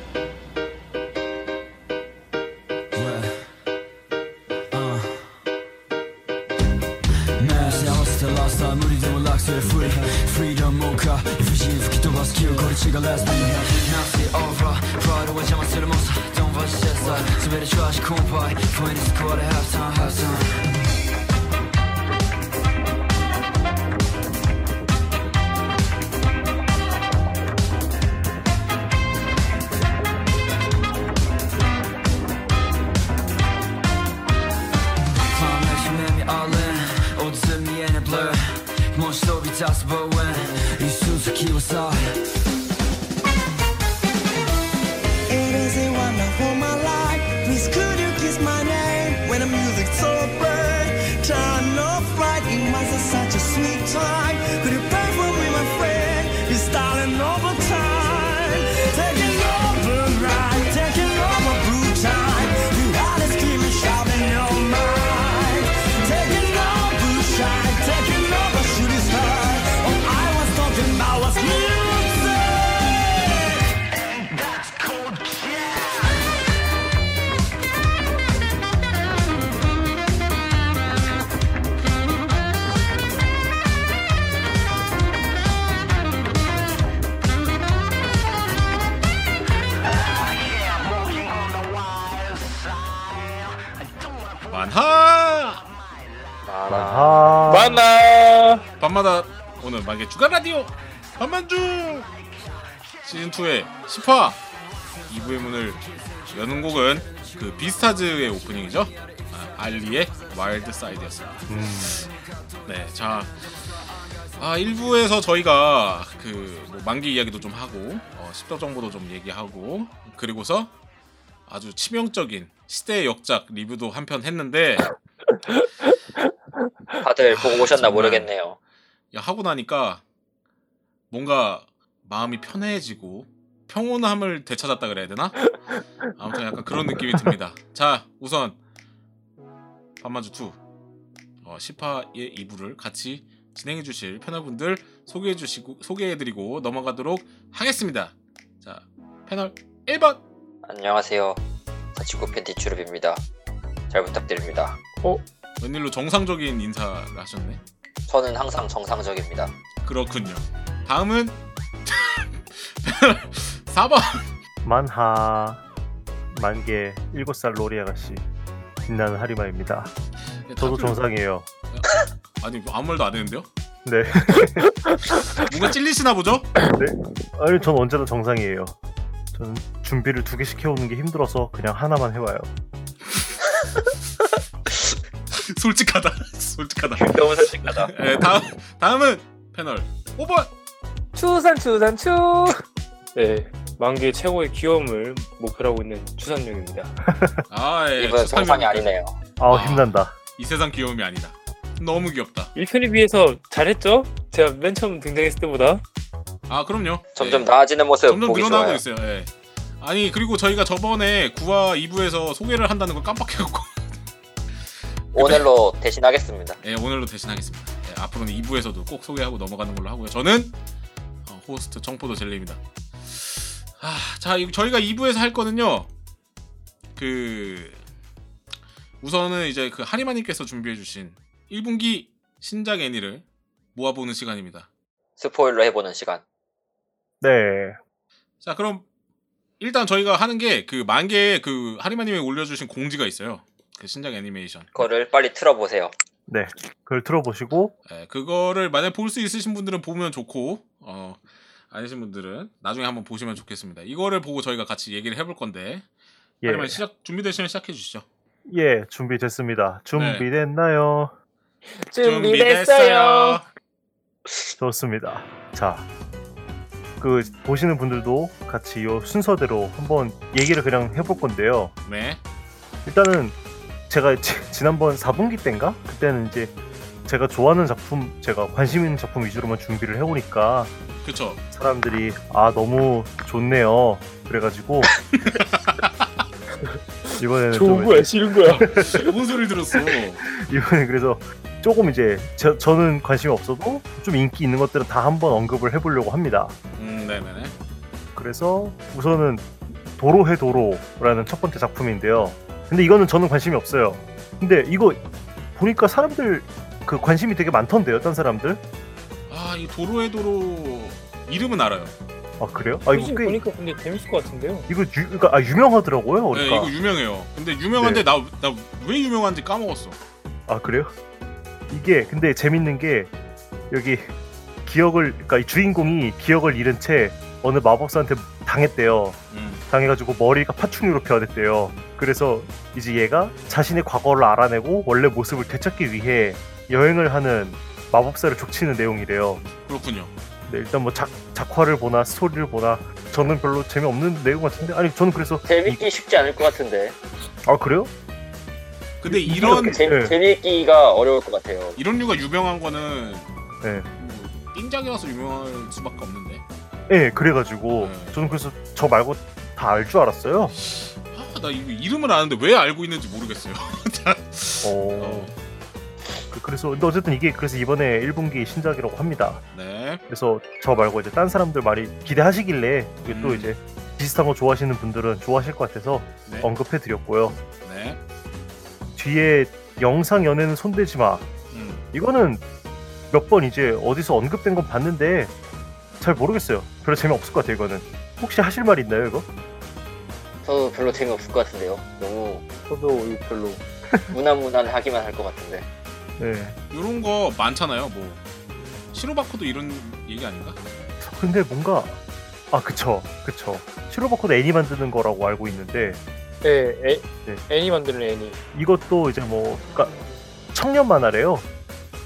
uh. freedom mocha Vision в кито вас кил гори чига last minute Now see over Pride away жама сыр моса Don't watch that side Субери чуаш кумпай Фойни скоро half time half time Climax, you made me all in Old to me and a blur More story toss but when You soon to keep us all It is a wonderful my life. Please could you kiss my name when the music's over? Turn off light. It was such a sweet time. Could you pray for me, my friend? You're starting over time. Taking over right, taking over blue time. You had a screaming, shouting your mind. Taking over shine, taking over shooting star. All Oh, I was talking about was music. 만화 만나 밤마다 오늘 만개 주간 라디오 밤만주 시즌 2의 10화 2부의 문을 여는 곡은 그 비스타즈의 오프닝이죠. 아, 알리의 와일드 사이드였습니다. 네, 자. 아, 1부에서 저희가 그뭐 만기 이야기도 좀 하고 어, 10도 정보도 좀 얘기하고 그리고서 아주 치명적인 시대의 역작 리뷰도 한 편 했는데 다들 보고 오셨나 정말. 모르겠네요. 야, 하고 나니까 뭔가 마음이 편해지고 평온함을 되찾았다 그래야 되나? 아무튼 약간 그런 느낌이 듭니다. 자, 우선 밤마주 2 어, 10화의 2부를 같이 진행해 주실 패널분들 소개해 주시고 소개해 드리고 넘어가도록 하겠습니다. 자, 패널 1번. 안녕하세요. 사치코 팬티 주룹입니다. 잘 부탁드립니다. 웬일로 정상적인 인사를 하셨네. 저는 항상 정상적입니다. 그렇군요. 다음은 4번. 만하 만개 7살 로리 아가씨 빛나는 하리마입니다. 저도 정상이에요. 아니 뭐 아무 말도 안 했는데요? 네. 뭔가 찔리시나 보죠? 아니 전 언제나 정상이에요. 저는 준비를 두 개씩 해오는 게 힘들어서 그냥 하나만 해와요. 솔직하다. 솔직하다. 너무 솔직하다. 예, 다음 다음은 패널 5번. 추산 추산 추. 네, 만개 최고의 귀여움을 목표로 하고 있는 추산용입니다. 아, 예. 이분은 첫 정상이 타이밍. 아니네요. 아우 아. 힘난다. 이 세상 귀여움이 아니다. 너무 귀엽다. 1편에 비해서 잘했죠? 제가 맨 처음 등장했을 때보다 아, 그럼요. 점점 예. 나아지는 모습 점점 보기 늘어나고 좋아요. 있어요. 예. 아니, 그리고 저희가 저번에 9화 2부에서 소개를 한다는 걸 깜빡해 갖고 오늘로 대신하겠습니다. 예, 오늘로 대신하겠습니다. 예, 앞으로는 2부에서도 꼭 소개하고 넘어가는 걸로 하고요. 저는 어, 호스트 청포도 젤리입니다. 아, 자, 이- 저희가 2부에서 할 거는요. 그 우선은 이제 그 하리마님께서 준비해 주신 1분기 신작 애니를 모아보는 시간입니다. 스포일러 해보는 시간. 네. 자, 그럼 일단 저희가 하는 게 그 만개에 그 하리마님이 올려주신 공지가 있어요. 그 신작 애니메이션. 그거를 빨리 틀어보세요. 그걸 틀어보시고 예, 그거를 만약 볼 수 있으신 분들은 보면 좋고 어 아니신 분들은 나중에 한번 보시면 좋겠습니다. 이거를 보고 저희가 같이 얘기를 해볼 건데 예, 그러면 시작 준비되시면 시작해 주시죠. 예 준비됐습니다. 준비됐나요? 준비됐어요. 좋습니다. 자, 그 보시는 분들도 같이 이 순서대로 한번 얘기를 그냥 해볼 건데요. 네, 일단은 제가 지- 지난번 4분기 때인가 그때는 이제 제가 좋아하는 작품, 제가 관심 있는 작품 위주로만 준비를 해오니까 그쵸. 사람들이 아 너무 좋네요. 그래가지고 이번에는 좀 싫은 거야. 뭔 소리를 들었어? 음, 이번에 그래서 조금 이제 저, 저는 관심이 없어도 좀 인기 있는 것들은 다 한번 언급을 해보려고 합니다. 음, 네네네. 그래서 우선은 도로해 도로라는 첫 번째 작품인데요. 근데 이거는 저는 관심이 없어요. 근데 이거 보니까 사람들 그 관심이 되게 많던데요, 딴 사람들? 아, 이 도로의 도로 이름은 알아요. 예, 아 그래요? 아 이거 지금 꽤 보니까 근데 재밌을 것 같은데요. 이거 유, 그러니까 아, 유명하더라고요. 네, 그러니까 이거 네. 유명해요. 근데 유명한데 나 나 왜 유명한지 까먹었어. 아 그래요? 이게 근데 재밌는 게 여기 기억을 그러니까 이 주인공이 기억을 잃은 채 어느 마법사한테 당했대요. 음. 당해가지고 머리가 파충류로 변했대요. 그래서 이제 얘가 자신의 과거를 알아내고 원래 모습을 되찾기 위해 여행을 하는 마법사를 족치는 내용이래요. 그렇군요. 네, 일단 뭐 작, 작화를 보나 스토리를 보나 저는 별로 재미없는 내용 같은데 아니 저는 그래서 재밌기 쉽지 않을 것 같은데 이- 아 그래요? 근데 이- 이런 이렇게- 재, 네. 재밌기가 어려울 것 같아요. 이런 류가 유명한 거는 네. 뭐 띵작이라서 유명할 수밖에 없는데. 예 그래가지고 음. 네. 저는 그래서 저 말고 다 알 줄 알았어요. 아, 나 이거 이름을 아는데 왜 알고 있는지 모르겠어요. 어. 어, 그- 그래서 근데 어쨌든 이게 그래서 이번에 1분기 신작이라고 합니다. 네. 그래서 저 말고 이제 딴 사람들 말이 기대하시길래 이게 또 음. 이제 비슷한 거 좋아하시는 분들은 좋아하실 것 같아서 네. 언급해 드렸고요. 네. 뒤에 영상 연애는 손대지 마. 음. 이거는 몇 번 이제 어디서 언급된 건 봤는데 잘 모르겠어요. 별로 재미없을 것 같아요, 이거는. 혹시 하실 말 있나요, 이거? 저도 별로 재미없을 것 같은데요. 너무 저도 이거 별로 무난무난하기만 할 것 같은데. 네. 이런 거 많잖아요. 뭐 시로바코도 이런 얘기 아닌가? 근데 뭔가 아, 그쵸. 그쵸. 시로버코도 애니 만드는 거라고 알고 있는데 네, 애, 네. 애니 만드는 애니. 이것도 이제 뭐 그러니까 청년 만화래요.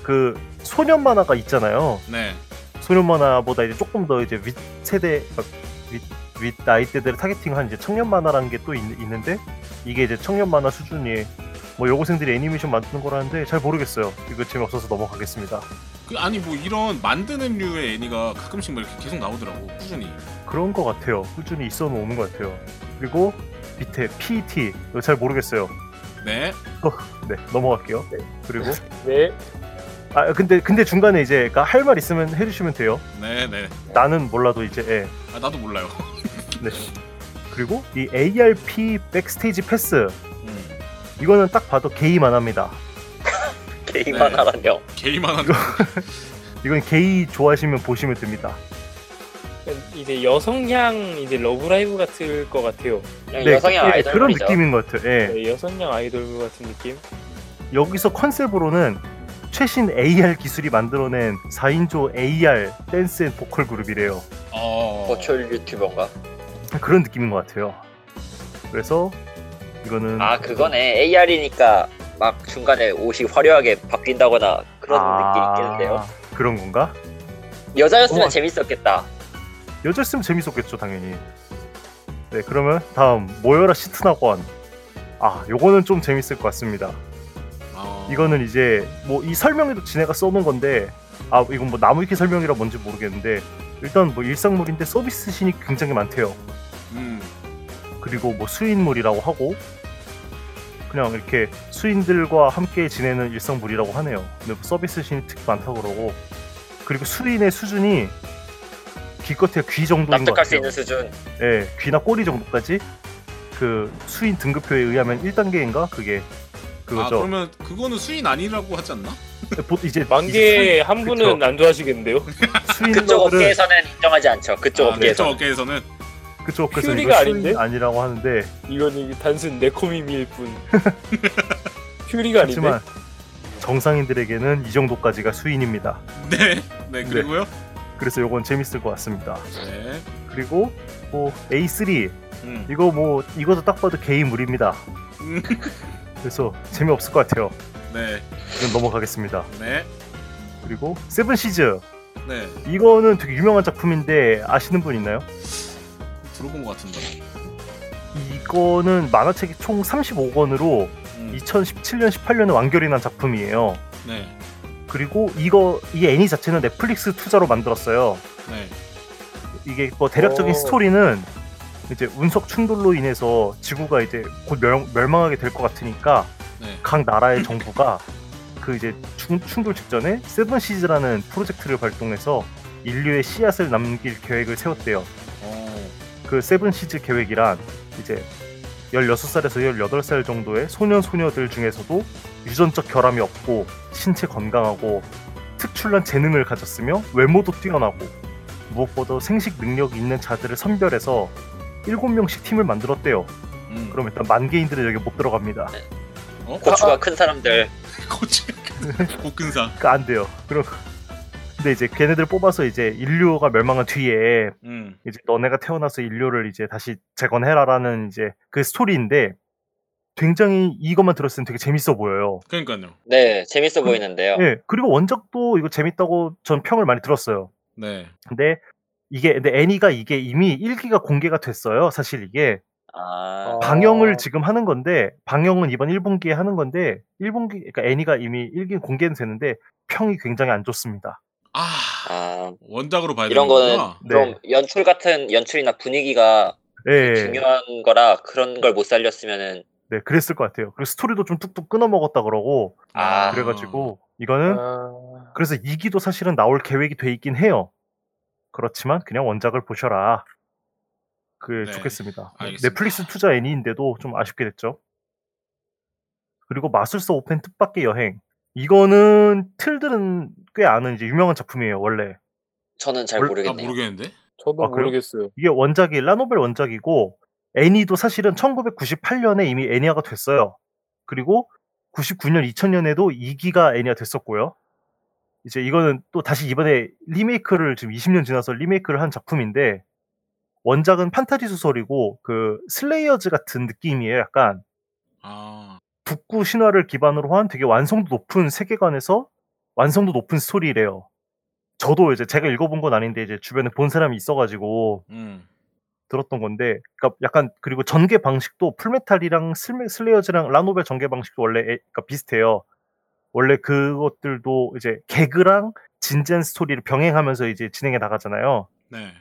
그 소년 만화가 있잖아요. 네. 소년 만화보다 이제 조금 더 이제 윗 세대 막 윗, 윗 나이대들을 타겟팅한 이제 청년 만화라는 게 또 있는데 이게 이제 청년 만화 수준이 뭐 여고생들이 애니메이션 만드는 거라는데 잘 모르겠어요. 이거 재미없어서 넘어가겠습니다. 그 아니 뭐 이런 만드는 류의 애니가 가끔씩 막 이렇게 계속 나오더라고 꾸준히. 그런 것 같아요. 꾸준히 있어 오는 것 같아요. 그리고 밑에 PET 이거 잘 모르겠어요. 네. 네 넘어갈게요. 그리고 네, 아 근데 근데 중간에 이제 그러니까 할 말 있으면 해주시면 돼요. 네, 네. 나는 몰라도 이제 예. 아 나도 몰라요. 네. 그리고 이 ARP 백스테이지 패스 음. 이거는 딱 봐도 게이만 합니다. 게임만 네. 하라뇨. 게이만 한 이건 게이 좋아하시면 보시면 됩니다. 이제 여성향 이제 러브라이브 같을 것 같아요. 그냥 네, 여성의 그- 예, 아이돌이죠. 그런 느낌인 것 같아요. 예. 네, 여성향 아이돌 같은 느낌. 여기서 컨셉으로는 최신 AR 기술이 만들어낸 4인조 AR 댄스 앤 보컬 그룹이래요. 어. 버추얼 유튜버인가? 그런 느낌인 것 같아요. 그래서 이거는 아 그거네 AR이니까 막 중간에 옷이 화려하게 바뀐다거나 그런 아, 느낌 있겠는데요. 그런 건가? 여자였으면 어. 재밌었겠다. 여자였으면 재밌었겠죠 당연히 네 그러면 다음 모여라 시트나권 아 요거는 좀 재밌을 것 같습니다 어. 이거는 이제 뭐 이 설명에도 지네가 써놓은 건데 아 이건 뭐 나무위키 설명이라 뭔지 모르겠는데 일단 뭐 일상물인데 서비스 신이 굉장히 많대요 음. 그리고 뭐 수인물이라고 하고 그냥 이렇게 수인들과 함께 지내는 일상물이라고 하네요. 근데 뭐 서비스 신이 특히 많다고 그러고 그리고 수인의 수준이 기껏해 귀 정도인 것 납득할 수 같아요. 있는 수준. 예, 귀나 꼬리 정도까지 그 수인 등급표에 의하면 1단계인가 그게 아 그거죠. 그러면 그거는 수인 아니라고 하지 않나? 보- 이제 만개 한 그쵸. 분은 안 좋아하시겠는데요? 그쪽 수인들은 업계에서는 인정하지 않죠. 그쪽 아, 그쪽 업계에서. 어깨에서는 그쪽 그래서 퓨리가 이거 아닌데? 수인 아니라고 하는데 이건 이게 단순 내코미미일 뿐. 퓨리가 아닌데? 하지만 정상인들에게는 이 정도까지가 수인입니다. 네. 네 그리고요. 그래서 요건 재밌을 것 같습니다. 네. 그리고 뭐 A3 음. 이거 뭐 이것도 딱 봐도 개인물입니다. 음. 그래서 재미없을 것 같아요. 네. 이건 넘어가겠습니다. 네. 그리고 세븐 시즈 네. 이거는 되게 유명한 작품인데 아시는 분 있나요? 들어본 것 같은데. 이거는 만화책이 총 35권으로 음. 2017년 18년에 완결이 난 작품이에요. 네. 그리고 이거 이 애니 자체는 넷플릭스 투자로 만들었어요. 네. 이게 뭐 대략적인 오. 스토리는 이제 운석 충돌로 인해서 지구가 이제 곧 멸, 멸망하게 될 것 같으니까 네. 각 나라의 정부가 그 이제 충, 충돌 직전에 세븐 시즈라는 프로젝트를 발동해서 인류의 씨앗을 남길 계획을 세웠대요. 어. 그 세븐 시즈 계획이란 이제 16살에서 18살 정도의 소년 소녀들 중에서도 유전적 결함이 없고 신체 건강하고 특출난 재능을 가졌으며 외모도 뛰어나고 무엇보다 생식 능력이 있는 자들을 선별해서 7명씩 팀을 만들었대요. 음. 그럼 일단 만 개인들은 여기 못 들어갑니다. 아, 어? 고추가 큰 사람들 고치 고근사. 그러니까 안 돼요. 그럼 근데 이제 걔네들 뽑아서 이제 인류가 멸망한 뒤에 음. 이제 너네가 태어나서 인류를 이제 다시 재건해라라는 이제 그 스토리인데 굉장히 이것만 들었을 땐 되게 재밌어 보여요. 그러니까요. 네 재밌어 보이는데요 예. 그리고 원작도 이거 재밌다고 전 평을 많이 들었어요. 네. 근데 이게 근데 애니가 이게 이미 1기가 공개가 됐어요. 사실 이게 아 방영을 지금 하는 건데 방영은 이번 1분기에 하는 건데 1분기 그러니까 애니가 이미 1기 공개는 되는데 평이 굉장히 안 좋습니다. 아 아, 원작으로 봐야 이런 되는 거는 거구나. 좀 연출 같은 연출이나 분위기가 네. 그 예. 중요한 거라 그런 걸 못 살렸으면은 네, 그랬을 것 같아요. 그리고 스토리도 좀 뚝뚝 끊어 먹었다 그러고 아. 그래가지고 이거는 아, 그래서 2기도 사실은 나올 계획이 돼 있긴 해요. 그렇지만 그냥 원작을 보셔라. 그 네, 좋겠습니다. 알겠습니다. 넷플릭스 투자 애니인데도 좀 아쉽게 됐죠. 그리고 마술사 오펜 뜻밖의 여행. 이거는 틀들은 꽤 아는 이제 유명한 작품이에요 원래. 저는 잘 뭘- 아 모르겠네요 모르겠는데. 저도 아, 그래요? 모르겠어요. 이게 원작이 라노벨 원작이고 애니도 사실은 1998년에 이미 애니화가 됐어요. 그리고 99년 2000년에도 2기가 애니화 됐었고요. 이제 이거는 또 다시 이번에 리메이크를 지금 20년 지나서 리메이크를 한 작품인데 원작은 판타지 소설이고 그 슬레이어즈 같은 느낌이에요. 약간 아. 북구 신화를 기반으로 한 되게 완성도 높은 세계관에서 완성도 높은 스토리래요. 저도 이제 제가 읽어본 건 아닌데 이제 주변에 본 사람이 있어가지고 음. 들었던 건데, 그러니까 약간 그리고 전개 방식도 풀메탈이랑 슬레- 슬레이어즈랑 라노벨 전개 방식도 원래 에- 그러니까 비슷해요. 원래 그것들도 이제 개그랑 진지한 스토리를 병행하면서 이제 진행해 나가잖아요. 네.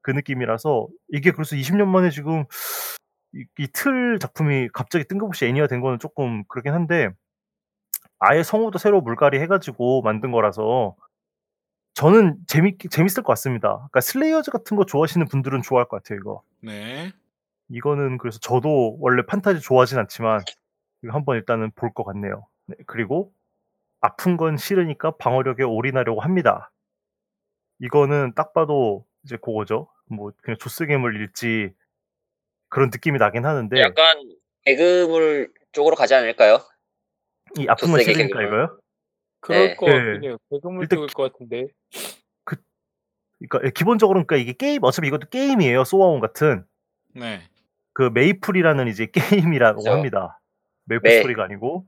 그 느낌이라서 이게 그래서 20년 만에 지금 이 틀 작품이 갑자기 뜬금없이 애니화 된 거는 조금 그렇긴 한데 아예 성우도 새로 물갈이 해가지고 만든 거라서 저는 재밌 재밌을 것 같습니다. 그러니까 슬레이어즈 같은 거 좋아하시는 분들은 좋아할 것 같아요. 이거. 네. 이거는 그래서 저도 원래 판타지 좋아하진 않지만 이거 한번 일단은 볼 것 같네요. 네, 그리고 아픈 건 싫으니까 방어력에 올인하려고 합니다. 이거는 딱 봐도 이제 그거죠. 뭐 그냥 조스괴물일지 그런 느낌이 나긴 하는데 약간 개그물 쪽으로 가지 않을까요? 이 아픈 건 조스괴물. 싫으니까 이거요? 그럴 네. 것 네. 같긴 해요. 대금물 일단 쪽일 것 같은데. 그러니까 기본적으로는 그러니까 이게 게임 어차피 이것도 게임이에요. 소아온 같은 네. 그 메이플이라는 이제 게임이라고 그죠. 합니다. 메이플 네. 스토리가 아니고.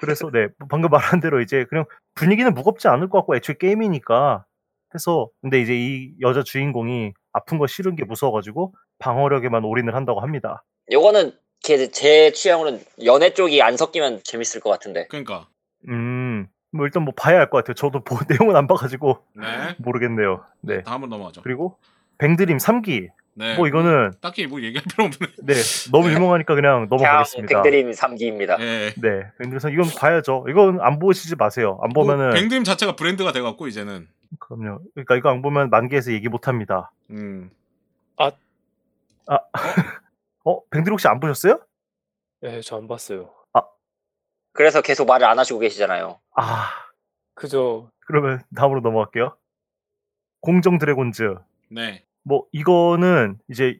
그래서 네 방금 말한 대로 이제 그냥 분위기는 무겁지 않을 것 같고 애초에 게임이니까 해서 근데 이제 이 여자 주인공이 아픈 거 싫은 게 무서워가지고 방어력에만 올인을 한다고 합니다. 요거는 걔- 제 취향으로는 연애 쪽이 안 섞이면 재밌을 것 같은데 그러니까. 음, 뭐 일단 뭐 봐야 알 것 같아요. 저도 뭐 내용은 안 봐가지고 음. 네. 모르겠네요. 네. 다음으로 넘어가죠. 그리고 뱅드림 3기. 네. 뭐 이거는 딱히 뭐 얘기할 필요 없네. 네 너무 유명하니까 그냥 넘어가겠습니다. 빅드림 3기입니다 예. 네, 뱅드림 3기 이건 봐야죠. 이건 안 보시지 마세요. 안뭐 보면은 뭐 뱅드림 자체가 브랜드가 돼갖고 이제는. 그럼요. 그러니까 이거 안 보면 만개에서 얘기 못 합니다. 음. 어, 뱅들 혹시 안 보셨어요? 네, 저 안 봤어요. 그래서 계속 말을 안 하시고 계시잖아요 아, 그저 그러면 다음으로 넘어갈게요. 공정 드래곤즈. 네. 뭐 이거는 이제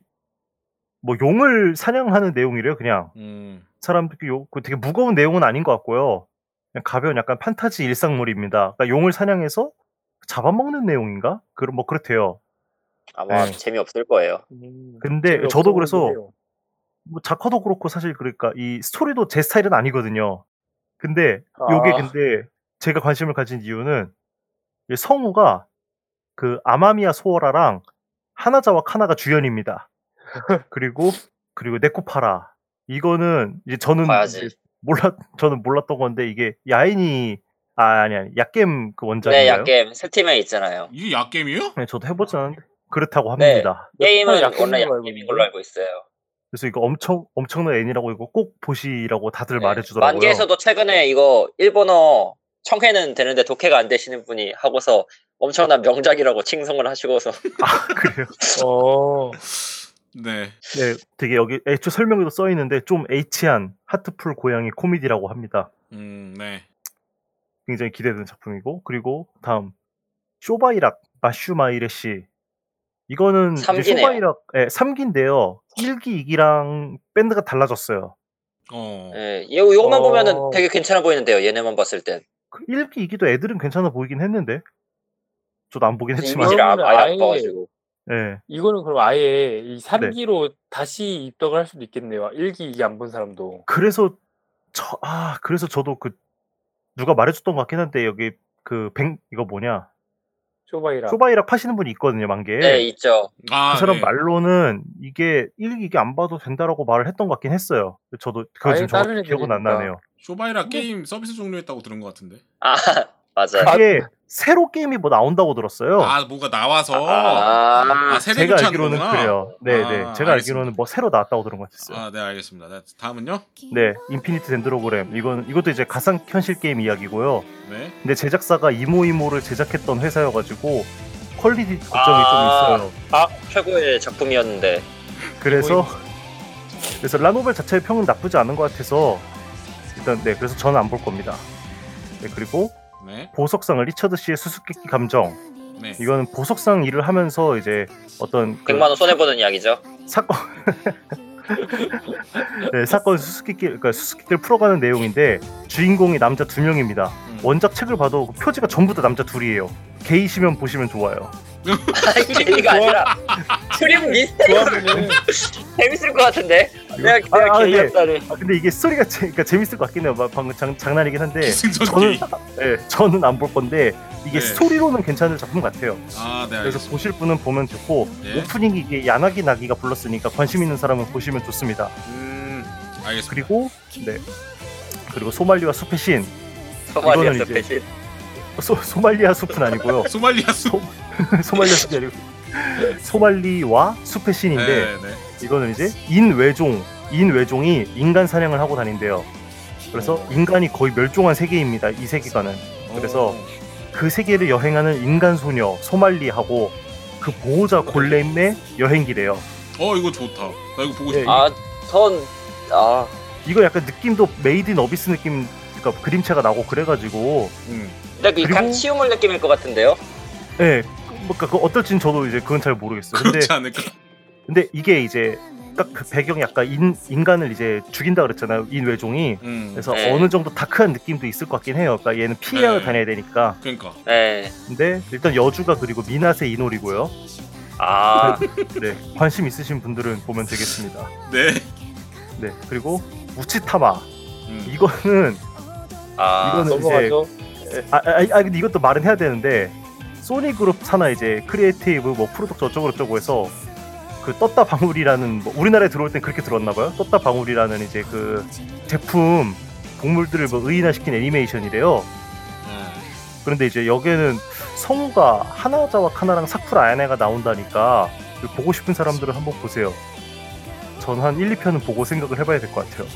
뭐 용을 사냥하는 내용이래요. 그냥 음. 사람들이 요, 그 되게 무거운 내용은 아닌 것 같고요. 그냥 가벼운 약간 판타지 일상물입니다. 그러니까 용을 사냥해서 잡아먹는 내용인가? 그런 뭐 그렇대요. 아마 네. 재미없을 거예요 음, 근데 재미없어 저도 그래서 보이긴 해요. 뭐 작화도 그렇고 사실 그러니까 이 스토리도 제 스타일은 아니거든요. 근데 아. 요게 근데 제가 관심을 가진 이유는 이 성우가 그 아마미야 소어라랑 하나자와 카나가 주연입니다. 그리고 그리고 네코파라 이거는 이제 저는 봐야지 몰랐 저는 몰랐던 건데 이게 야인이 아 아니 아니 약겜 그 네 원작인가요? 약겜 스팀에 있잖아요 이게 약겜이에요? 네, 저도 해보지 않았는데 그렇다고 네. 합니다. 게임은 약겜인 원래 걸로 알고 약겜인 있는데? 걸로 알고 있어요 그래서 이거 엄청 엄청난 애니라고 이거 꼭 보시라고 다들 네. 말해주더라고요. 만개에서도 최근에 이거 일본어 청해는 되는데 독해가 안 되시는 분이 하고서 엄청난 명작이라고 칭송을 하시고서 아 그래요? 어, 네. 네, 되게 여기 애초 설명에도 써 있는데 좀 H한 하트풀 고양이 코미디라고 합니다. 음. 네. 굉장히 기대되는 작품이고 그리고 다음 쇼바이락 마슈마이레시 이거는 이제 삼기네요. 쇼바이락 예, 3기인데요. 1기 2기랑 밴드가 달라졌어요. 어. 예, 요, 요것만 어. 보면은 되게 괜찮아 보이는데요. 얘네만 봤을 땐. 그 1기 2기도 애들은 괜찮아 보이긴 했는데 저도 안 보긴 했지만 이미지를 안, 아예 안 아예- 봐가지고. 예. 이거는 그럼 아예 네. 이 3기로 다시 입덕을 할 수도 있겠네요. 1기, 2기 안 본 사람도. 그래서 저, 아 그래서 저도 그 누가 말해줬던 것 같긴 한데 여기 그 백, 이거 뭐냐 쇼바이라. 쇼바이락 파시는 분이 있거든요 만개 네, 있죠. 아, 그 사람 네. 말로는 이게 1기 이게 안 봐도 된다라고 말을 했던 것 같긴 했어요 저도 그거 아예 지금 다른 정확히 애들이 기억은 안 있다. 나네요 쇼바이라 게임 서비스 종료했다고 들은 것 같은데. 아, 맞아요. 네. 그게 새로 게임이 뭐 나온다고 들었어요 아 뭐가 나와서 아, 아, 세대 제가 교체하는 알기로는 거구나. 그래요 네네 아, 알겠습니다. 제가 알기로는 뭐 새로 나왔다고 들은 것 같았어요 아, 네 알겠습니다. 네, 다음은요. 네 인피니트 덴드로그램 이건 이것도 이제 가상 현실 게임 이야기고요 네. 근데 제작사가 이모이모를 제작했던 회사여가지고 퀄리티 걱정이 아. 좀 있어요. 최고의 작품이었는데. 그래서 그래서 라노벨 자체의 평은 나쁘지 않은 것 같아서 일단 네 그래서 저는 안 볼 겁니다. 네 그리고 네. 보석상을 리처드 씨의 수수께끼 감정 네. 이거는 보석상 일을 하면서 이제 어떤 그 100만 원 손해 보는 이야기죠. 사건 네, 사건 수수께끼 그러니까 수수께끼를 풀어가는 내용인데 주인공이 남자 두 명입니다. 음. 원작 책을 봐도 그 표지가 전부 다 남자 둘이에요. 게이시면 보시면 좋아요. 게이가 그러니까 아니라 트림 미스테리. 재밌을 것 같은데. 그냥 그냥 아, 아, 네. 게이였다니. 아, 근데 이게 스토리가 재, 그러니까 재밌을 것 같긴 해요. 막 방금 장, 장난이긴 한데 기승전 저는 게임. 예, 저는 안 볼 건데 이게 네. 스토리로는 괜찮은 작품 같아요. 아, 네. 그래서 뭐? 알겠습니다. 보실 분은 보면 좋고 네. 오프닝이 이게 야나기 나기가 불렀으니까 관심 있는 사람은 보시면 좋습니다. 음, 알겠습니다. 그리고 네 그리고 소말리와 숲의 신 소말리였어 이제- 배신. 소, 소말리아 숲은 아니고요. 소말리아 수. 소말리아 숲이 아니고 소말리와 숲의 신인데 네, 네. 이거는 이제 인외종 인외종이 인간 사냥을 하고 다닌대요. 그래서 인간이 거의 멸종한 세계입니다. 이 세계관은. 네. 그래서 오. 그 세계를 여행하는 인간 소녀 소말리하고 그 보호자 골렘의 여행기래요. 어, 이거 좋다. 나 이거 보고 예, 싶다. 아, 전 아, 이거 약간 느낌도 메이드 인 어비스 느낌 그러니까 그림체가 나고 그래가지고 음. 근데 그리고- 약간 치우물 느낌일 것 같은데요. 예. 뭔가 그 어떨진 저도 이제 그건 잘 모르겠어요. 근데 그렇지 않을까? 근데 이게 이제 딱 그 배경이 약간 인, 인간을 이제 죽인다 그랬잖아요. 인외종이. 음. 그래서 네. 어느 정도 다크한 느낌도 있을 것 같긴 해요. 그러니까 얘는 피해 네. 다녀야 되니까. 그러니까. 네. 근데 일단 여주가 그리고 미나세 이놀이고요. 아, 네, 관심 있으신 분들은 보면 되겠습니다. 네. 네, 그리고 우치타마 음. 이거는 아, 이거는 이제 넘어가죠. 아, 아, 아 근데 이것도 말은 해야 되는데 소니 그룹 사나 이제 크리에이티브 뭐 프로덕트 어쩌고 저쩌고 해서 그 떴다 방울이라는 뭐 우리나라에 들어올 땐 그렇게 들었나 봐요. 떴다 방울이라는 이제 그 제품 동물들을 뭐 의인화시킨 애니메이션이래요. 음. 그런데 이제 여기에는 성우가 하나자와 카나랑 사쿠라 아야네가 나온다니까 보고 싶은 사람들은 한번 보세요. 전 한 1, 2편은 보고 생각을 해봐야 될 것 같아요.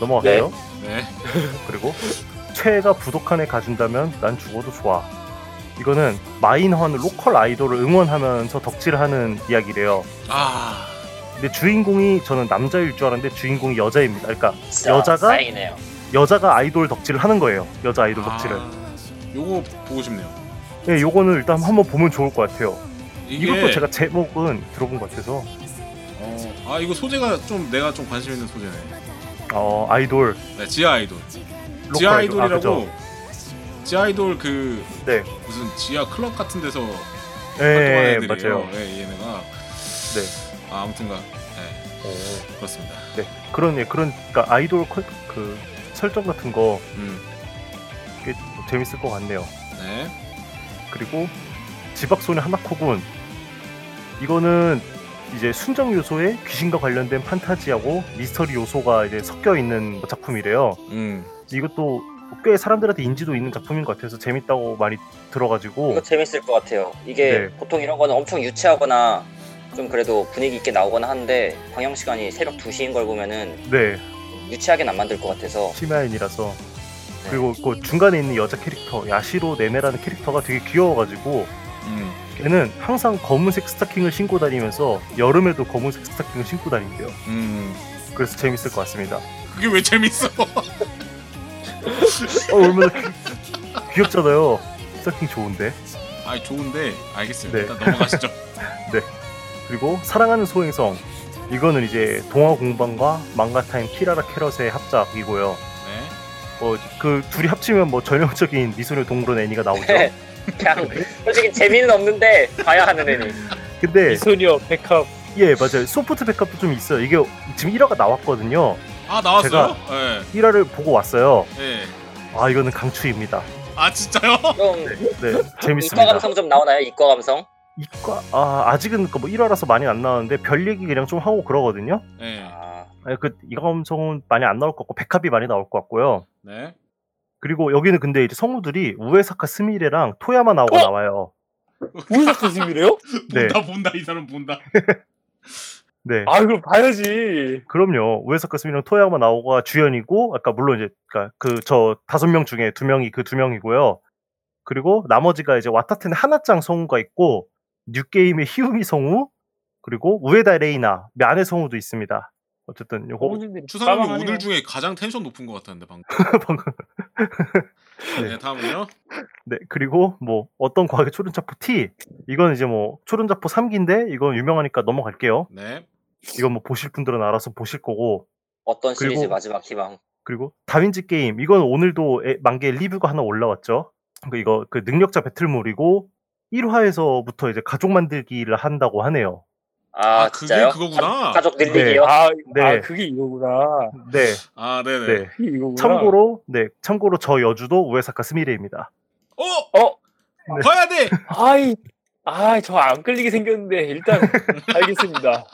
넘어갈게요. 네. 그리고 최애가 부족한 애 가준다면 난 죽어도 좋아. 이거는 마인헌 로컬 아이돌을 응원하면서 덕질하는 이야기래요. 아. 근데 주인공이 저는 남자일 줄 알았는데 주인공이 여자입니다. 그러니까 진짜 여자가? 쌓이네요. 여자가 아이돌 덕질을 하는 거예요. 여자 아이돌 덕질을. 아, 요거 보고 싶네요. 네, 요거는 일단 한번 보면 좋을 것 같아요. 이게 이것도 제가 제목은 들어본 것 같아서 어, 아 이거 소재가 좀 내가 좀 관심 있는 소재네. 어, 아이돌 네, 지하 아이돌. 로컬 지하 아이돌. 아, 아이돌이라고. 그죠. 지하 아이돌 그 네. 무슨 지하 클럽 같은 데서 활동하는 네, 애들이에요. 맞아요. 네, 얘네가. 네. 아, 아무튼가. 네, 어, 그렇습니다. 그런 예, 그런 그러니까 아이돌 컨- 그 설정 같은 거 음. 꽤 재밌을 것 같네요. 네. 그리고 지박소녀 하나코군 이거는 이제 순정 요소에 귀신과 관련된 판타지하고 미스터리 요소가 이제 섞여 있는 작품이래요. 음. 이것도 꽤 사람들한테 인지도 있는 작품인 것 같아서 재밌다고 많이 들어가지고 이거 재밌을 것 같아요. 이게 네. 보통 이런 거는 엄청 유치하거나 좀 그래도 분위기 있게 나오거나 하는데 방영 시간이 새벽 2시인 걸 보면은 네 유치하게는 안 만들 것 같아서 심야인이라서 그리고 그 중간에 있는 여자 캐릭터 야시로 네메라는 캐릭터가 되게 귀여워가지고 음. 걔는 항상 검은색 스타킹을 신고 다니면서 여름에도 검은색 스타킹을 신고 다닌대요. 음. 그래서 재밌을 것 같습니다. 그게 왜 재밌어? 어, 얼마나 귀- 귀엽잖아요. 서킹 좋은데. 아 좋은데 알겠어요. 네. 일단 넘어가시죠. 그리고 사랑하는 소행성. 이거는 이제 동화 공방과 망가타임 키라라 캐럿의 합작이고요. 네. 뭐 그 둘이 합치면 뭐 전형적인 미소녀 동물원 애니가 나오죠. 그냥 솔직히 재미는 없는데 봐야 하는 애니. 근데 이소녀 백합 예 맞아요. 소프트 백업도 좀 있어요. 이게 지금 1화가 나왔거든요. 아 나왔어요? 예. 1화를 보고 왔어요. 예. 아 이거는 강추입니다. 아 진짜요? 좀 네 이과 재밌습니다. 감성 좀 나오나요? 이과 감성? 이과 아 아직은 그뭐 1화라서 많이 안 나오는데 별 얘기 그냥 좀 하고 그러거든요. 예. 아, 아니, 그 이감성은 많이 안 나올 것 같고 백합이 많이 나올 것 같고요. 네. 그리고 여기는 근데 이제 성우들이 우에사카 스미레랑 토야마 나오고 어? 나와요. 우유사 선생님이래요? 네. 본다 본다 이 사람 본다. 네. 아 이걸 봐야지. 그럼요. 우에사카 스미레랑 토야마 나오가 주연이고 아까 물론 이제 그 저 다섯 명 중에 두 명이 그 두 명이고요. 그리고 나머지가 이제 와타텐 하나짱 성우가 있고 뉴게임의 히우미 성우 그리고 우에다 레이나 미안의 성우도 있습니다. 어쨌든 요거 어머님들이 추상님이 까망하네요. 오늘 중에 가장 텐션 높은 것 같았는데 방금. 방금 네. 다음은요. 네, 그리고 뭐 어떤 과학의 초른자포 T 이건 이제 뭐 초른자포 3기인데 이건 유명하니까 넘어갈게요. 네. 이건 뭐 보실 분들은 알아서 보실 거고 어떤 시리즈 그리고- 마지막 희망? 그리고 다빈치 게임 이건 오늘도 에- 만개 리뷰가 하나 올라왔죠. 그 이거 그 능력자 배틀물이고 1화에서부터 이제 가족 만들기를 한다고 하네요. 아, 아, 그게 진짜요? 그거구나. 가, 족 네. 늘리기요? 아, 네. 아 그게 이거구나. 네, 아 네네. 네. 그게 이거구나. 참고로 네, 참고로 저 여주도 우에사카 스미레입니다. 어. 네. 어? 봐야 돼. 아이 아저 안 끌리게 생겼는데 일단 알겠습니다.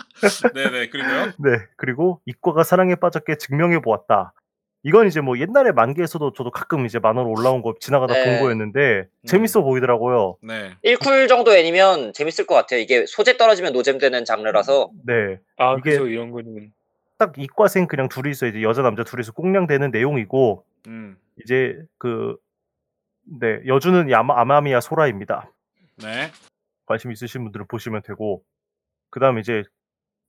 네네. 그리고요. 네, 그리고 이과가 사랑에 빠졌게 증명해 보았다. 이건 이제 뭐 옛날에 만개에서도 저도 가끔 이제 만화로 올라온 거 지나가다 네. 본 거였는데 재밌어 보이더라고요. 네. 1쿨 정도 애니면 재밌을 것 같아요. 이게 소재 떨어지면 노잼되는 장르라서 네. 아 이게- 그죠 이런 거는 딱 이과생 그냥 둘이서 이제 여자 남자 둘이서 꽁냥대는 내용이고 음. 이제 그 네, 여주는 야마, 아마미야 소라입니다. 네. 관심 있으신 분들은 보시면 되고 그다음에 이제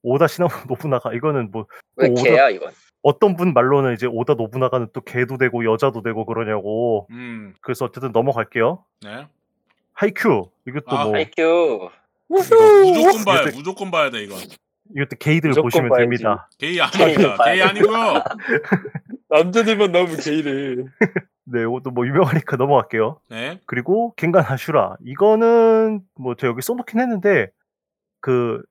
오다 시나모 노부나가 이거는 뭐 왜 오, 개야 이건? 어떤 분 말로는 이제 오다 노부나가는 또 개도 되고 여자도 되고 그러냐고 음. 그래서 어쨌든 넘어갈게요. 네. 하이큐 이것도 아, 뭐 IQ 이거 무조건 봐야 이것도- 무조건 봐야 돼 이건. 이것도 게이들 무조건 보시면 봐야지. 됩니다. 게이 아닙니다. 봐야 게이 아니고요. 남자들만 나오면 게이를 네, 이것도 뭐 유명하니까 넘어갈게요. 네. 그리고 갱간 하슈라 이거는 뭐 저 여기 써놓긴 했는데 그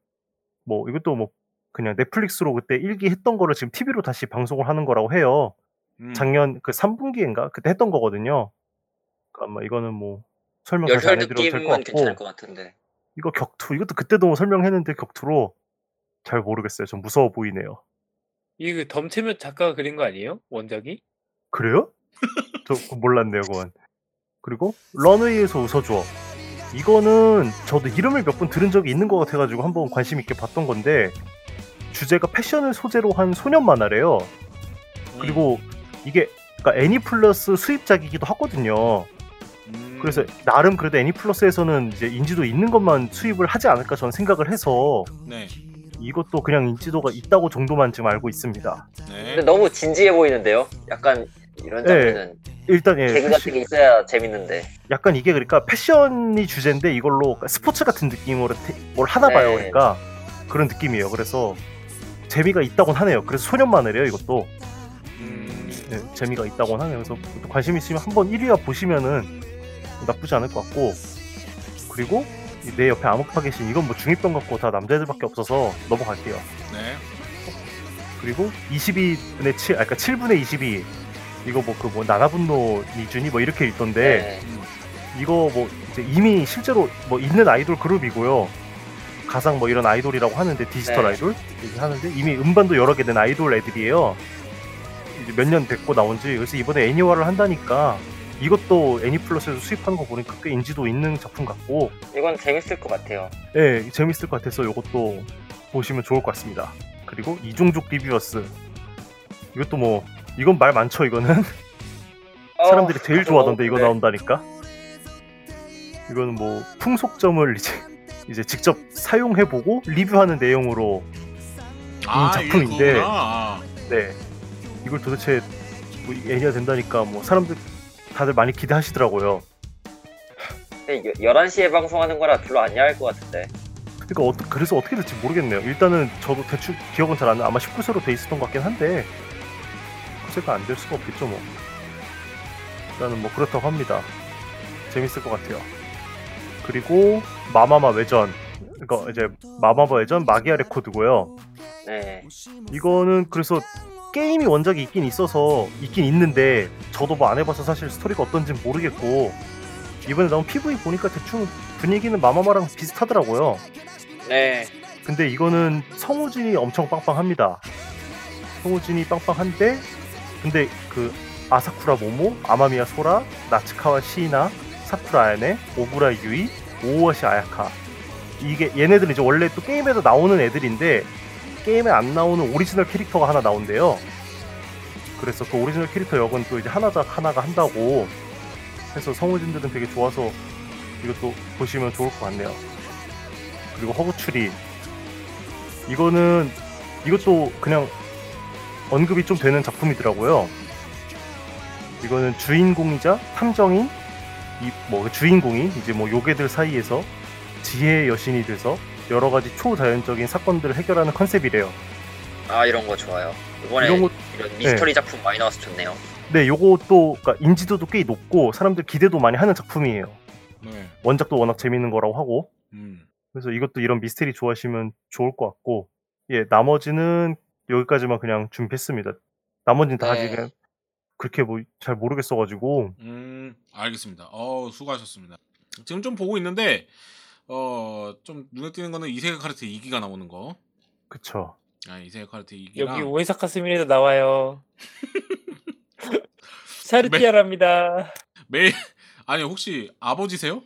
뭐 이것도 뭐 그냥 넷플릭스로 그때 일기 했던 거를 지금 TV로 다시 방송을 하는 거라고 해요. 음. 작년 그 3분기인가 그때 했던 거거든요. 아마 이거는 뭐 설명 다시 안 열혈도 해드려도 될 것 게임은 같고 괜찮을 것 같은데. 이거 격투 이것도 그때도 뭐 설명했는데 격투로 잘 모르겠어요. 좀 무서워 보이네요. 이거 그 덤채면 작가가 그린 거 아니에요 원작이? 그래요? 저 그거 몰랐네요, 그건. 그리고 런웨이에서 웃어줘. 이거는 저도 이름을 몇 번 들은 적이 있는 것 같아가지고 한번 관심 있게 봤던 건데 주제가 패션을 소재로 한 소년 만화래요. 음. 그리고 이게 그러니까 애니플러스 수입작이기도 하거든요. 음. 그래서 나름 그래도 애니플러스에서는 이제 인지도 있는 것만 수입을 하지 않을까 저는 생각을 해서 네. 이것도 그냥 인지도가 있다고 정도만 지금 알고 있습니다. 네. 근데 너무 진지해 보이는데요? 약간 네. 이런 장르는 일단 예, 개그 같은 게 있어야 재밌는데. 약간 이게 그러니까 패션이 주제인데 이걸로 그러니까 스포츠 같은 느낌으로 태- 뭘 하나 봐요. 네. 그러니까 그런 느낌이에요. 그래서 재미가 있다곤 하네요. 그래서 소년만을해요 이것도 음. 네, 재미가 있다곤 하네요. 그래서 또 관심 있으면 한번 1위와 보시면은 나쁘지 않을 것 같고 그리고 이내 옆에 암흑파 계신 이건 뭐 중이병 같고 다 남자애들밖에 없어서 넘어갈게요. 네. 음, 그리고 22분의 7, 아까 그러니까 7분의 22 이거 뭐 그 뭐 나나분노 니준이 뭐 이렇게 있던데 네. 이거 뭐 이제 이미 실제로 뭐 있는 아이돌 그룹이고요. 가상 뭐 이런 아이돌이라고 하는데 디지털 네. 아이돌 이렇게 하는데 이미 음반도 여러 개 된 아이돌 애들이에요. 이제 몇 년 됐고 나온지 그래서 이번에 애니화를 한다니까 이것도 애니플러스에서 수입하는 거 보니까 꽤 인지도 있는 작품 같고 네. 이건 재밌을 것 같아요. 예 재밌을 것 같아서 이것도 보시면 좋을 것 같습니다. 그리고 이종족 리뷰어스 이것도 뭐 이건 말 많죠 이거는 어, 사람들이 제일 좋아하던데 이거 네. 나온다니까. 이거는 뭐 풍속점을 이제 이제 직접 사용해보고 리뷰하는 내용으로 아, 작품인데. 이거구나. 아. 네 이걸 도대체 뭐 애니가 된다니까 뭐 사람들 다들 많이 기대하시더라고요. 근데 네, 11시에 방송하는 거라 별로 안 야할 것 같은데. 그러니까 어떠- 그래서 어떻게 될지 모르겠네요. 일단은 저도 대충 기억은 잘 안 나. 아마 19세로 돼 있었던 것 같긴 한데 제가 안 될 수가 없겠죠 뭐. 일단은 뭐 그렇다고 합니다. 재밌을 것 같아요. 그리고 마마마 외전. 그러니까 이제 마마마 외전 마기아 레코드고요. 네. 이거는 그래서 게임이 원작이 있긴 있어서 있긴 있는데 저도 뭐 안 해봐서 사실 스토리가 어떤지는 모르겠고 이번에 나온 PV 보니까 대충 분위기는 마마마랑 비슷하더라고요. 네. 근데 이거는 성우진이 엄청 빵빵합니다. 성우진이 빵빵한데 근데 그 아사쿠라 모모, 아마미야 소라, 나츠카와 시이나, 사쿠라 아야네, 오구라 유이, 오오와시 아야카 이게 얘네들은 이제 원래 또 게임에서 나오는 애들인데 게임에 안 나오는 오리지널 캐릭터가 하나 나온대요. 그래서 그 오리지널 캐릭터 역은 또 이제 하나자 하나가 한다고 해서 성우진들은 되게 좋아서 이것도 보시면 좋을 것 같네요. 그리고 허구추리 이거는 이것도 그냥 언급이 좀 되는 작품이더라고요. 이거는 주인공이자 탐정인 이 뭐 주인공이 이제 뭐 요괴들 사이에서 지혜의 여신이 돼서 여러 가지 초자연적인 사건들을 해결하는 컨셉이래요. 아, 이런 거 좋아요. 이번에 이런 네. 이런, 것 미스터리 작품 많이 나와서 좋네요. 네, 요것도 그러니까 인지도도 꽤 높고 사람들 기대도 많이 하는 작품이에요. 네. 원작도 워낙 재밌는 거라고 하고 음. 그래서 이것도 이런 미스테리 좋아하시면 좋을 것 같고 예 나머지는 여기까지만 그냥 준비했습니다 나머지는 다 네. 지금 그렇게 뭐 잘 모르겠어가지고 음, 알겠습니다. 어, 수고하셨습니다. 지금 좀 보고 있는데, 어, 좀 눈에 띄는 거는 이세계 카르트 2기가 나오는 거. 그쵸 아, 이세계 카르트 2기랑. 여기 우에사카 스미에도 나와요. 샤르티아랍니다. 매일, 아니, 혹시 아버지세요?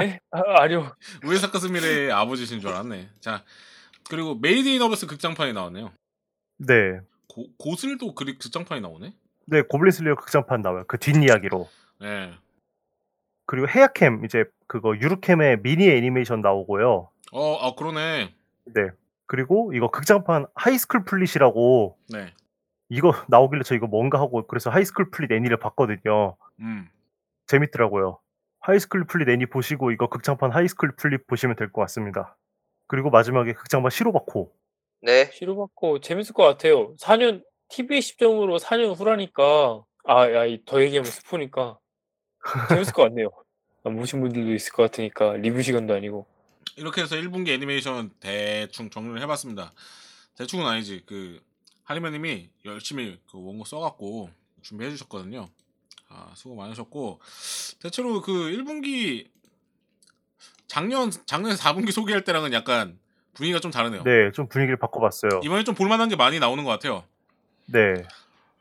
에? 아, 아니요. 우에사카 스미레의 아버지신 줄 알았네. 자, 그리고 메이드 인 어버스 극장판이 나왔네요. 네. 고, 고슬도 그리 극장판이 나오네? 네 고블린 슬리어 극장판 나와요 그 뒷이야기로 네. 그리고 헤아캠 이제 그거 유르캠의 미니 애니메이션 나오고요 어, 아, 그러네. 그리고 이거 극장판 하이스쿨 플릿이라고 네. 이거 나오길래 저 이거 뭔가 하고 그래서 하이스쿨 플릿 애니를 봤거든요 음. 재밌더라고요. 하이스쿨 플릿 애니 보시고 이거 극장판 하이스쿨 플릿 보시면 될 것 같습니다. 그리고 마지막에 극장판 시로바코. 네. 시로바코 재밌을 것 같아요. 4년 TV의 시점으로 4년 후라니까 아, 야, 이- 더 얘기하면 스포니까 재밌을 것 같네요. 아, 모신 분들도 있을 것 같으니까 리뷰 시간도 아니고 이렇게 해서 1분기 애니메이션 대충 정리를 해봤습니다. 대충은 아니지. 그, 하리메님이 열심히 그 원고 써갖고 준비해주셨거든요. 아, 수고 많으셨고. 대체로 그 1분기, 작년, 작년 4분기 소개할 때랑은 약간 분위기가 좀 다르네요. 네, 좀 분위기를 바꿔봤어요. 이번에 좀 볼만한 게 많이 나오는 것 같아요. 네,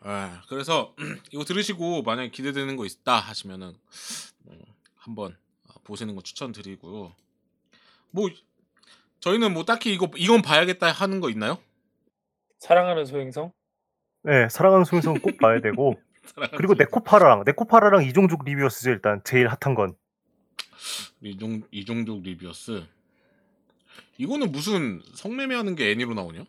예, 그래서 이거 들으시고 만약에 기대되는 거 있다 하시면은 음, 한번 어, 보시는 거 추천드리고요. 뭐 저희는 뭐 딱히 이거 이건 봐야겠다 하는 거 있나요? 사랑하는 소행성 네, 사랑하는 소유성 꼭 봐야 되고 그리고 네코파라랑 네코파라랑 이종족 리뷰였어요 일단 제일 핫한 건. 이종 이종족 리뷰어스 이거는 무슨 성매매하는 게 애니로 나오냐?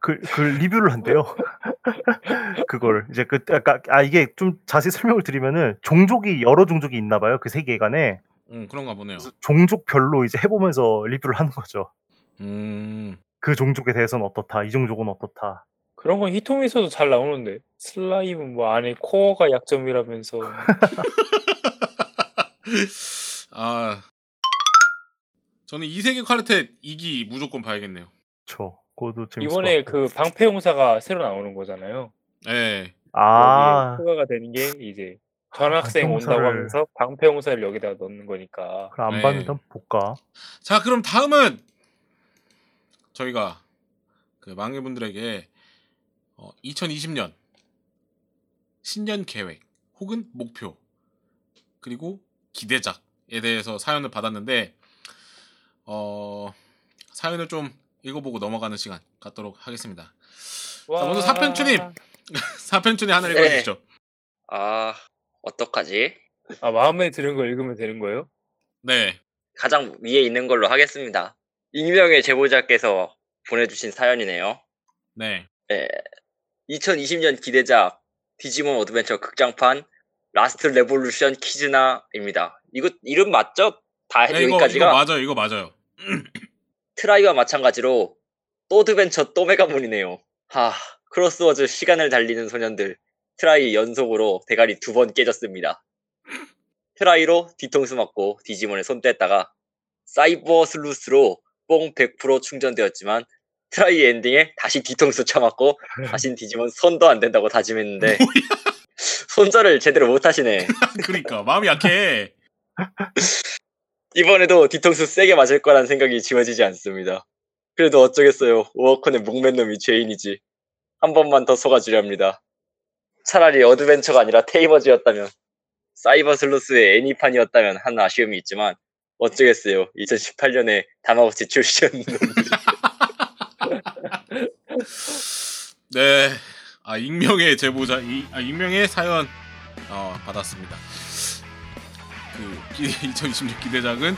그, 그 리뷰를 한대요. 그걸 이제 그 아까 아 이게 좀 자세히 설명을 드리면은 종족이 여러 종족이 있나 봐요 그 세계관에 응 그런가 보네요. 그래서 종족별로 이제 해보면서 리뷰를 하는 거죠. 음 그 종족에 대해서는 어떻다, 이 종족은 어떻다. 그런 건 히토미에서도 잘 나오는데 슬라임은 뭐 안에 코어가 약점이라면서 아 저는 이세계 카르텟 2기 무조건 봐야겠네요. 그쵸. 그것도 재밌을 이번에 것 같고. 그 방패용사가 새로 나오는 거잖아요. 예. 그 아 여기에 추가가 되는 게 이제 전학생 온다고 방패용사를- 하면서 방패용사를 여기다 넣는 거니까 그럼 안 네. 봤는데 한번 볼까? 자, 그럼 다음은 저희가 그 망해분들에게 2020년 신년 계획 혹은 목표 그리고 기대작에 대해서 사연을 받았는데 어, 사연을 좀 읽어보고 넘어가는 시간 갖도록 하겠습니다. 와. 먼저 사편추님! 사편춘이 하나 네. 읽어주시죠. 아, 어떡하지? 아 마음에 드는 거 읽으면 되는 거예요? 네. 가장 위에 있는 걸로 하겠습니다. 익명의 제보자께서 보내주신 사연이네요. 네. 2020년 기대작 디지몬 어드벤처 극장판 라스트 레볼루션 키즈나입니다. 이거 이름 맞죠? 다 네, 이거, 여기까지가 이거 맞아요. 이거 맞아요. 트라이와 마찬가지로 또드벤처 또메가문이네요. 하 크로스워즈 시간을 달리는 소년들 트라이 연속으로 대가리 두 번 깨졌습니다. 트라이로 뒤통수 맞고 디지몬에 손 뗐다가 사이버 슬루스로 뽕 100% 충전되었지만 트라이 엔딩에 다시 뒤통수 쳐맞고 다신 디지몬 손도 안 된다고 다짐했는데 손절을 제대로 못하시네. 그러니까 마음이 약해. 이번에도 뒤통수 세게 맞을 거란 생각이 지워지지 않습니다. 그래도 어쩌겠어요. 워컨의 목맨 놈이 죄인이지. 한 번만 더 속아주려 합니다. 차라리 어드벤처가 아니라 테이버즈였다면, 사이버 슬로스의 애니판이었다면 하는 아쉬움이 있지만, 어쩌겠어요. 2018년에 다마고치 출시한 네. 아, 익명의 제보자, 이, 아, 익명의 사연, 어, 받았습니다. 그, 2026 기대작은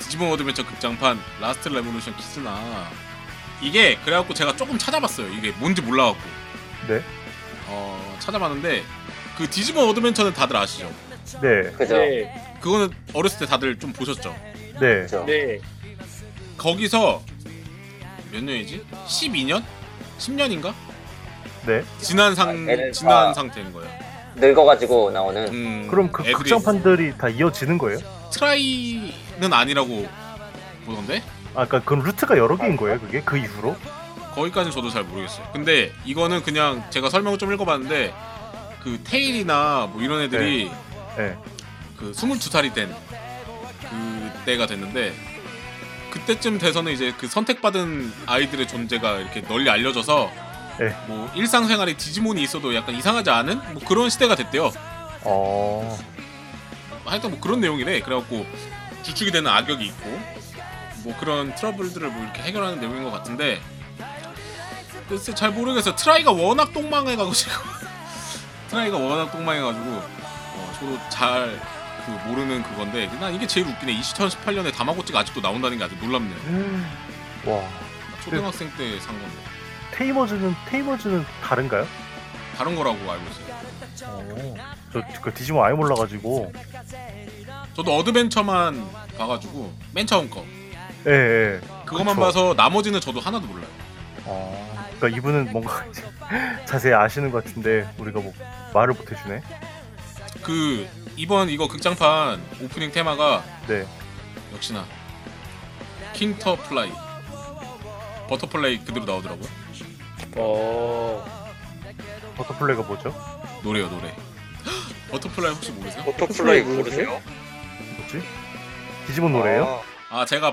디지몬 어드벤처 극장판 라스트 레볼루션 키스나. 이게, 그래갖고 제가 조금 찾아봤어요. 이게 뭔지 몰라갖고. 네. 어, 찾아봤는데, 그 디지몬 어드벤처는 다들 아시죠? 네, 그죠? 네. 그거는 어렸을 때 다들 좀 보셨죠? 네. 그죠? 네. 거기서, 몇 년이지? 12년? 10년인가? 네. 지난 상, 아, 얘는 지난 다- 상태인 거예요. 늙어가지고 나오는. 음, 그럼 그 애들이 극장판들이 다 이어지는 거예요? 트라이는 아니라고 보던데 아, 그러니까 그 루트가 여러 개인 거예요, 그게 그 이후로? 거기까지는 저도 잘 모르겠어요. 근데 이거는 그냥 제가 설명을 좀 읽어봤는데 그 테일이나 뭐 이런 애들이 네. 그 22살이 된 그때가 됐는데 그때쯤 돼서는 이제 그 선택받은 아이들의 존재가 이렇게 널리 알려져서 네. 뭐 일상생활에 디지몬이 있어도 약간 이상하지 않은 뭐 그런 시대가 됐대요. 어, 하여튼 뭐 그런 내용이래. 그래갖고 주축이 되는 악역이 있고 뭐 그런 트러블들을 뭐 이렇게 해결하는 내용인 것 같은데 글쎄 잘 모르겠어. 트라이가 워낙 똥망해가지고 트라이가 워낙 똥망해가지고 어, 저도 잘 그, 모르는 그건데 난 이게 제일 웃기네. 2018년에 다마고찌가 아직도 나온다는 게 아주 놀랍네요. 와. 초등학생 때 산 건데 테이머즈는 테이머즈는 다른가요? 다른 거라고 알고 있어요. 어. 저그 디지몬 아예 몰라가지고. 저도 어드벤처만 봐가지고 맨 처음 거 예. 예. 그것만 그쵸. 봐서 나머지는 저도 하나도 몰라요. 아, 그러니까 이분은 뭔가 이제 자세히 아시는 것 같은데 우리가 뭐 말을 못 해주네. 그 이번 이거 극장판 오프닝 테마가 네. 역시나 킹터 플라이 버터플라이 그대로 나오더라고 요 어. 버터플레이가 뭐죠? 노래요 노래 버터플라이 혹시 네, 모르세요? 오토플레이 모르세요? 뭐지? 디지몬 어. 노래예요? 아 제가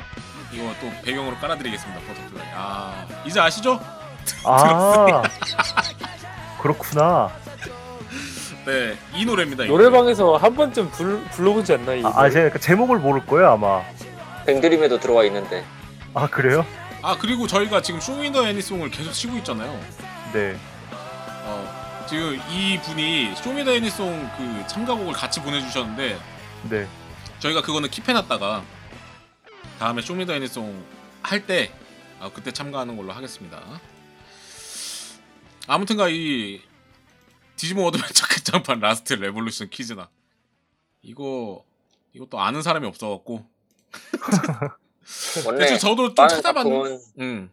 이거 또 배경으로 깔아드리겠습니다 버터플라이 아 이제 아시죠? 아, 그렇구나. 네 이 노래입니다 이 노래. 노래방에서 한 번쯤 불, 불러보지 않나 이 아, 아, 제가 그 제목을 모를 거예요 아마. 뱅드림에도 들어와 있는데. 아 그래요? 아 그리고 저희가 지금 쇼윈더 애니송을 계속 치고 있잖아요 네. 어, 지금 이 분이 쇼윈더 애니송 그 참가곡을 같이 보내주셨는데 네. 저희가 그거는 킵해놨다가 다음에 쇼미더애니송 할 때 아, 그때 참가하는 걸로 하겠습니다. 아무튼가 이 디지몬 어드벤처 극장판 라스트 레볼루션 키즈나 이거 이것도 아는 사람이 없어갖고 원래 대충 저도 좀 빠른 찾아봤는데 작품은, 음.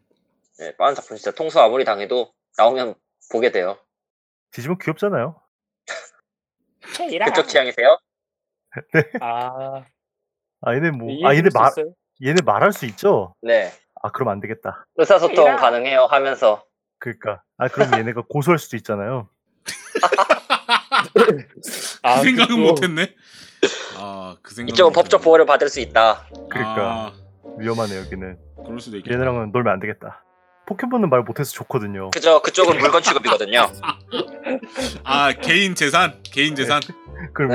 네, 빠른 작품 진짜 통수 아무리 당해도 나오면 보게 돼요. 디지몬 귀엽잖아요. 그쪽 취향이세요? 아, 아 얘네 뭐, 이해 아 얘네 될수 말, 있어요? 얘네 말할 수 있죠? 네. 아 그럼 안 되겠다. 의사소통 가능해요 하면서 그러니까. 아 그럼 얘네가 고소할 수도 있잖아요. 아, 그 생각은 그거- 못했네. 아그 생각. 이쪽은 법적 보호를 받을 수 있다. 아. 그러니까. 위험하네 여기는. 그럴 수도 있겠네. 얘네랑은 놀면 안 되겠다. 포켓몬은 말 못해서 좋거든요. 그죠? 그쪽은 물건 취급이거든요. 아 개인 재산, 개인 네. 재산. 그럼요.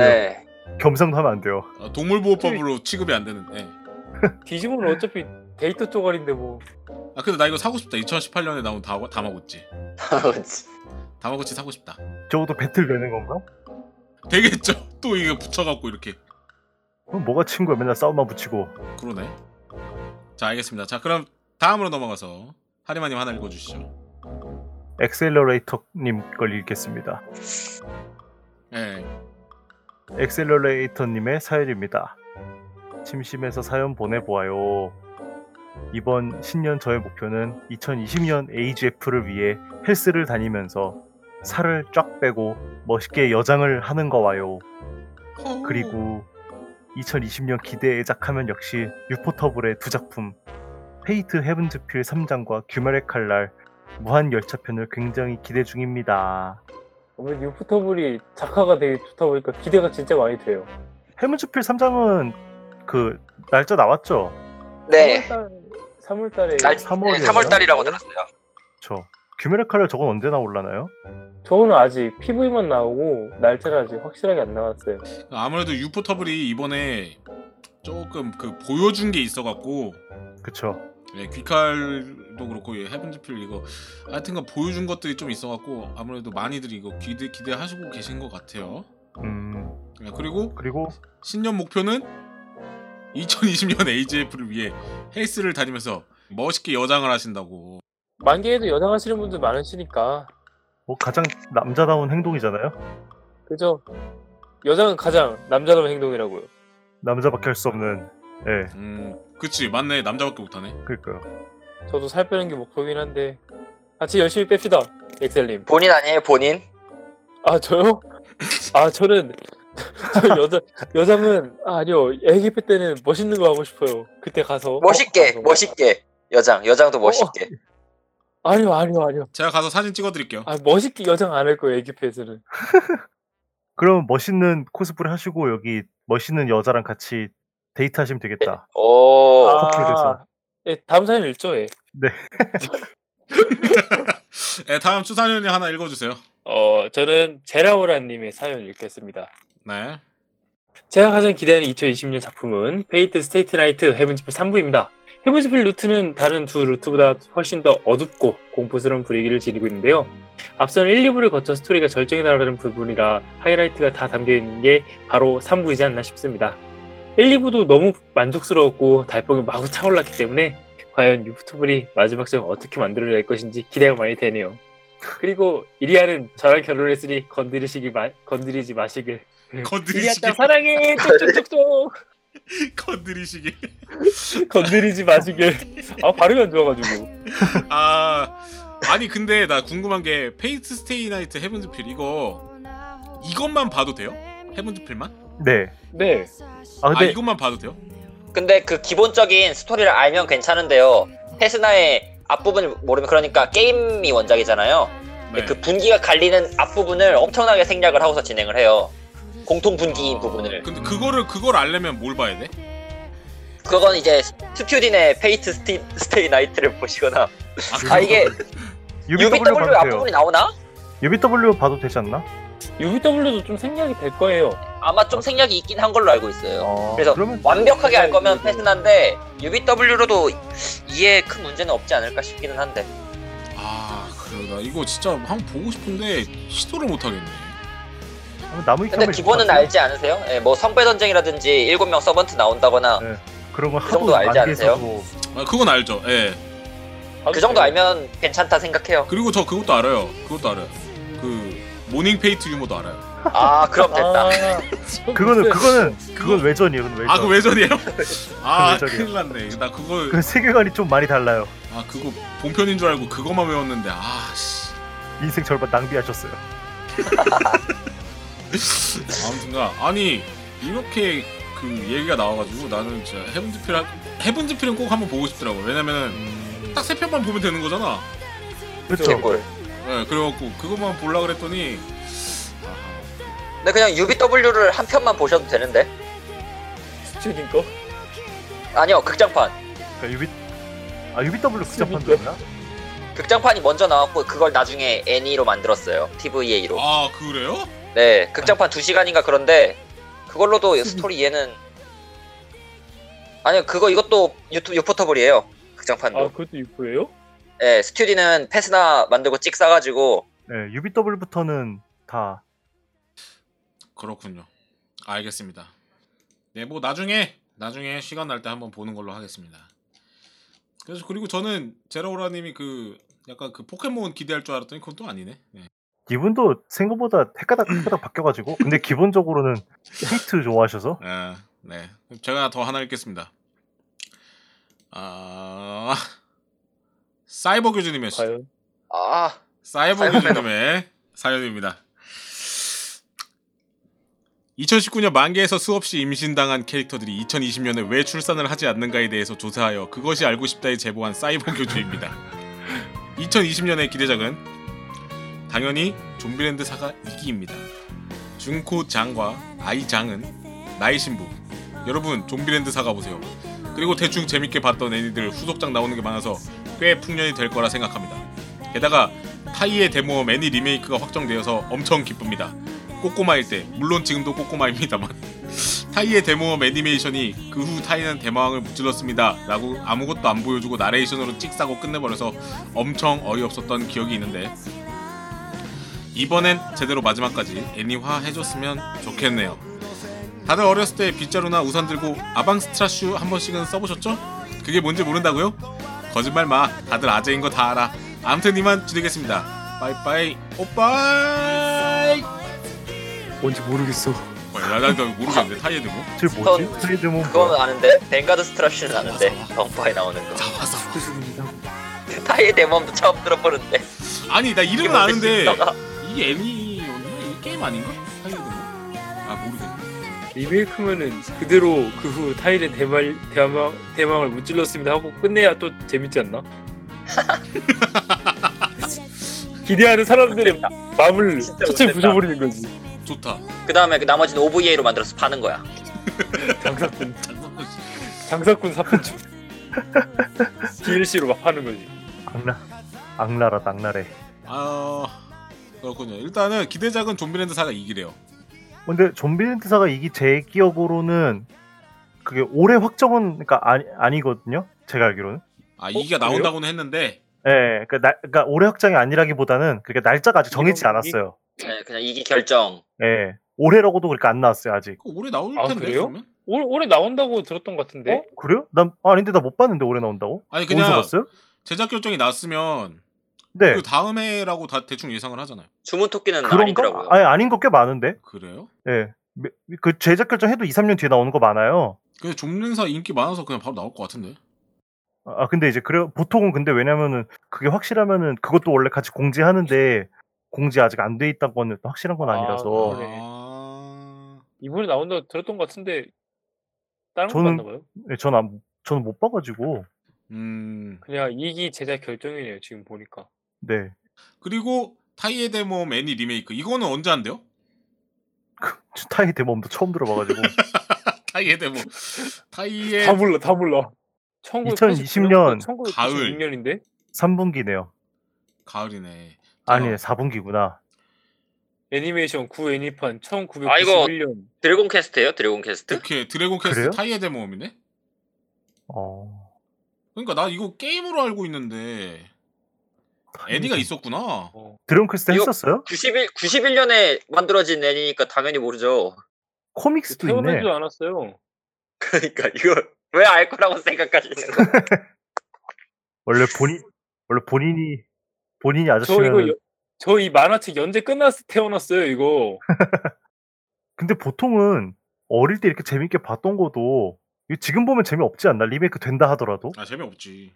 네. 겸상도 하면 안 돼요. 어, 네. 동물보호법으로 취급이 안 되는데. 디지몬은 어차피 데이터 쪼가리인데 뭐. 아 근데 나 이거 사고 싶다. 2018년에 나온 다 다마고치. 그치. 다마고치 사고 싶다. 적어도 배틀 되는 건가? 되겠죠. 또 이게 붙여갖고 이렇게 그럼 뭐가 친구야? 맨날 싸움만 붙이고. 그러네. 자 알겠습니다. 자 그럼 다음으로 넘어가서 하리마님 하나 읽어주시죠. 엑셀러레이터님 걸 읽겠습니다. 예. 엑셀러레이터님의 사연입니다. 심심해서 사연 보내보아요. 이번 신년 저의 목표는 2020년 AGF를 위해 헬스를 다니면서 살을 쫙 빼고 멋있게 여장을 하는 거와요. 그리고 2020년 기대에 작하면 역시 유포터블의 두 작품 페이트 헤븐즈필 3장과 규멸의 칼날 무한 열차편을 굉장히 기대 중입니다. 오늘 유포터블이 작화가 되게 좋다 보니까 기대가 진짜 많이 돼요. 헤븐즈필 3장은 그 날짜 나왔죠? 네. 아, 3월달에 날- 3월이요. 3월달이라고 들었어요. 저 규멸의 칼날 저건 언제 나올라나요? 저는 아직 PV만 나오고 날짜를 아직 확실하게 안 나왔어요. 아무래도 유포터블이 이번에 조금 그 보여준 게 있어갖고 그쵸? 예, 귀칼도 그렇고 예, 헤븐즈필 이거 하여튼간 그 보여준 것들이 좀 있어갖고 아무래도 많이들 이거 기대 기대하시고 계신 것 같아요. 음 예, 그리고 그리고 신년 목표는 2020년 AGF를 위해 헬스를 다니면서 멋있게 여장을 하신다고. 만개에도 여장하시는 분들 많으시니까 뭐 가장 남자다운 행동이잖아요? 그죠? 여장은 가장 남자다운 행동이라고요. 남자밖에 할 수 없는 예 음, 그치 맞네 남자밖에 못하네. 그니까요 저도 살 빼는 게 목표긴 한데 같이 열심히 뺍시다 엑셀님. 본인 아니에요, 본인? 아 저요? 아 저는 저 여자 여장은 아, 아니요 애기 뺄 때는 멋있는 거 하고 싶어요. 그때 가서 어, 멋있게, 가서. 멋있게. 여장, 여장도 멋있게. 아니요 아니요 아니요. 제가 가서 사진 찍어드릴게요. 아 멋있게 여장 안 할 거예요 애기 뺄에서는. 그럼 멋있는 코스프레 하시고 여기 멋있는 여자랑 같이 데이트 하시면 되겠다 오, 커플에서. 예, 다음 사연 읽죠 예. 예, 다음 추사연이 하나 읽어주세요. 어, 저는 제라오라님의 사연을 읽겠습니다. 네. 제가 가장 기대하는 2020년 작품은 페이트 스테이트 나이트 헤븐즈필 3부입니다. 헤븐즈필 루트는 다른 두 루트보다 훨씬 더 어둡고 공포스러운 분위기를 지니고 있는데요. 앞선 1, 2부를 거쳐 스토리가 절정에 달하는 부분이라 하이라이트가 다 담겨있는 게 바로 3부이지 않나 싶습니다. 1, 2부도 너무 만족스러웠고 달뽕이 마구 차올랐기 때문에 과연 유튜브리 마지막 점 어떻게 만들어낼 것인지 기대가 많이 되네요. 그리고 이리아는 저랑 결혼했으니 건드리시기 마, 건드리지 마시길 이리야 건드리시기. 짱 사랑해 쪽쪽쪽쪽 건드리시기. 건드리지 마시길 아 발음이 안 좋아가지고 아 아니 근데 나 궁금한 게 페이트 스테이 나이트 헤븐즈 필 이거 이것만 봐도 돼요? 헤븐즈 필만? 네아 네 아 근데 이것만 봐도 돼요? 근데 그 기본적인 스토리를 알면 괜찮은데요. 테스나의 앞부분을 모르면 그러니까 게임이 원작이잖아요. 네. 그 분기가 갈리는 앞부분을 엄청나게 생략을 하고서 진행을 해요. 공통 분기인 부분을. 네. 근데 그거를 그걸 알려면 뭘 봐야 돼? 그건 이제 스튜딘의 페이트 스티, 스테이 나이트를 보시거나 아, 아 이게 UBW UBW 봐도 돼요 앞부분이 나오나? UBW 봐도 되지 않나? UW도 좀 생략이 될 거예요 아마 좀 생략이 있긴 한 걸로 알고 있어요. 어, 그래서 그러면 완벽하게 알 거면 테스나인데 UBW로도 이에 큰 문제는 없지 않을까 싶기는 한데. 아 그래 나 이거 진짜 한번 보고 싶은데 시도를 못 하겠네. 한번 나무위 근데 캠을 기본은 읽어봤어요? 알지 않으세요? 예, 뭐 성배 전쟁이라든지 일곱 명 서번트 네, 나온다거나 그러면 그 하도 정도 알지 않으세요? 만개에서도 아 그건 알죠. 예. 네, 그 정도 알면 괜찮다 생각해요. 그리고 저 그것도 알아요. 그것도 알아요. 그 모닝 페이트 유머도 알아요. 아 그럼 됐다. 그거는 그거는 그건 외전이에요. 그건 외전. 아 그거 외전이에요? 아 그 외전이요. 큰일 났네. 나 그거 그 세계관이 좀 많이 달라요. 아 그거 본편인 줄 알고 그것만 외웠는데 아씨. 인생 절반 낭비하셨어요. 아무튼가 아니 이렇게 그 얘기가 나와가지고 나는 진짜 헤븐즈필 헤븐즈필은 꼭 한번 보고 싶더라고 왜냐면은 음. 딱 세 편만 보면 되는 거잖아 그렇죠. 개꿀. 예 그래갖고 그것만 보려 그랬더니 아, 근데 그냥 UBW를 한 편만 보셔도 되는데. 스튜딘 거? 아니요 극장판. 그러니까 UB 아 UBW 극장판도 있나? 극장판이 먼저 나왔고 그걸 나중에 애니로 만들었어요. TVA로. 아 그래요? 네 극장판 두 시간인가 그런데 그걸로도 스토리 이해는 아니요 그거 이것도 유튜 유포터블이에요. 극장판도. 아 그것도 유포예요? 예 스튜디는 패스나 만들고 찍 싸가지고 네, UBW부터는 다 그렇군요 알겠습니다 네 뭐 나중에 나중에 시간 날 때 한번 보는 걸로 하겠습니다 그래서 그리고 저는 제라오라님이 그 약간 그 포켓몬 기대할 줄 알았더니 그건 또 아니네 네. 이분도 생각보다 헷가닥 헷가닥 바뀌어가지고 근데 기본적으로는 히트 좋아하셔서 아, 네. 제가 더 하나 읽겠습니다. 아, 사이버 교주님의 시- 과연 아, 사이버 사이버 교주님의 사연입니다. 2019년 만개에서 수없이 임신당한 캐릭터들이 2020년에 왜 출산을 하지 않는가에 대해서 조사하여 그것이 알고 싶다에 제보한 사이버 교주입니다. 2020년의 기대작은 당연히 좀비랜드 사가 2기입니다. 준코 장과 아이 장은 나이 신부. 여러분 좀비랜드 사가 보세요. 그리고 대충 재밌게 봤던 애니들 후속작 나오는 게 많아서 꽤 풍년이 될 거라 생각합니다. 게다가 타이의 데모 매니 리메이크가 확정되어서 엄청 기쁩니다. 꼬꼬마일 때 물론 지금도 꼬꼬마입니다만 타이의 데모엄 애니메이션이 그 후 타이는 대마왕을 무찔렀습니다 라고 아무것도 안 보여주고 나레이션으로 찍싸고 끝내버려서 엄청 어이없었던 기억이 있는데 이번엔 제대로 마지막까지 애니화 해줬으면 좋겠네요 다들 어렸을 때 빗자루나 우산 들고 아방스트라슈 한 번씩은 써보셨죠? 그게 뭔지 모른다고요? 거짓말 마 다들 아재인 거 다 알아 암튼 이만 지내겠습니다 빠이빠이 오빠이 뭔지 모르겠어. 뭐야, 나, 나, 나 모르겠는데 타이의 데모 저 뭐지? 그건- 트레이드 문 그거는 아는데 뱅가드 스트라슈는 아는데 덩파에 나오는 거. 타이의 대범도 처음 들어보는데. 아니 나 이게 이름은 뭔데, 아는데 진짜가? 이게 애니였나? 이 게임 아닌가? 타이거아 모르겠네 리메이크면은 그대로 그 후 타일의 대말 대망 대망을 무찔렀습니다 하고 끝내야 또 재밌지 않나? 기대하는 사람들의 마음을 진짜 초점이 못됐다. 부셔버리는 거지. 좋다 그 다음에 그 나머지는 OVA로 만들어서 파는 거야. 장사꾼 장사꾼 사포츠 DLC로 막 하는 거지. 악라 악라라 악라래 아 그렇군요 일단은 기대작은 좀비랜드 사가 이기래요 근데 좀비랜드사가 이게 제 기억으로는 그게 올해 확정은 그러니까 아니, 아니거든요 제가 알기로는 아 이기가 그래요? 나온다고는 했는데 예 그러니까, 날- 그러니까 올해 확정이 아니라기보다는 그게 날짜가 아직 정해지지 이런 않았어요 네, 그냥 이기 결정. 예 올해라고도 그러니까 안 나왔어요 아직 그거 올해 나올 아, 텐데 그래요? 그러면? 올 올해 나온다고 들었던 것 네? 같은데. 어? 그래요? 난 아닌데 나 못 봤는데 올해 나온다고? 아니 어디서 그냥 봤어요? 제작 결정이 났으면 네 그 다음해라고 다 대충 예상을 하잖아요 주문 토끼는 그런가? 아니더라고요. 예. 아니 아닌 거 꽤 많은데 그래요? 예. 미- 그 제작 결정해도 2, 3년 뒤에 나오는 거 많아요. 근데 좀비랜드 사 인기 많아서 그냥 바로 나올 것 같은데 아 근데 이제 그래 보통은 근데 왜냐면은 그게 확실하면은 그것도 원래 같이 공지하는데 공지 아직 안 돼 있다는 거는 또 확실한 건 아, 아니라서 그래. 아... 이번에 나온다고 들었던 것 같은데 다른 거 저는- 맞나 봐요. 예, 저는 안- 저는 못 봐가지고 음 그냥 2기 제작 결정이네요 지금 보니까. 네 그리고 타이의 데모 애니 리메이크 이거는 언제 한대요? 타이 대범도 처음 들어봐가지고 타이의 데모 타이의 다 몰라 다 몰라. 2020년 1996년인데 3분기네요. 가을이네 아니 4분기구나. 애니메이션 구 애니판 1991년 아이고. 드래곤 퀘스트예요? 드래곤 퀘스트? 이렇게 드래곤 퀘스트 그래요? 타이의 데모음이네? 어 그러니까 나 이거 게임으로 알고 있는데 그러니까. 애니가 있었구나. 드럼 퀘스트 이거- 했었어요? 91, 91년에 만들어진 애니니까 당연히 모르죠. 코믹스도 있네. 태어나지도 않았어요. 그러니까 이거 왜 알 거라고 생각하시는 거예요? 원래 본인 원래 본인이 본인이 저 이거 아저씨면 저 이 만화책 연재 끝났을 때 태어났어요 이거. 근데 보통은 어릴 때 이렇게 재밌게 봤던 거도 이거 지금 보면 재미없지 않나 리메이크 된다 하더라도 아 재미없지.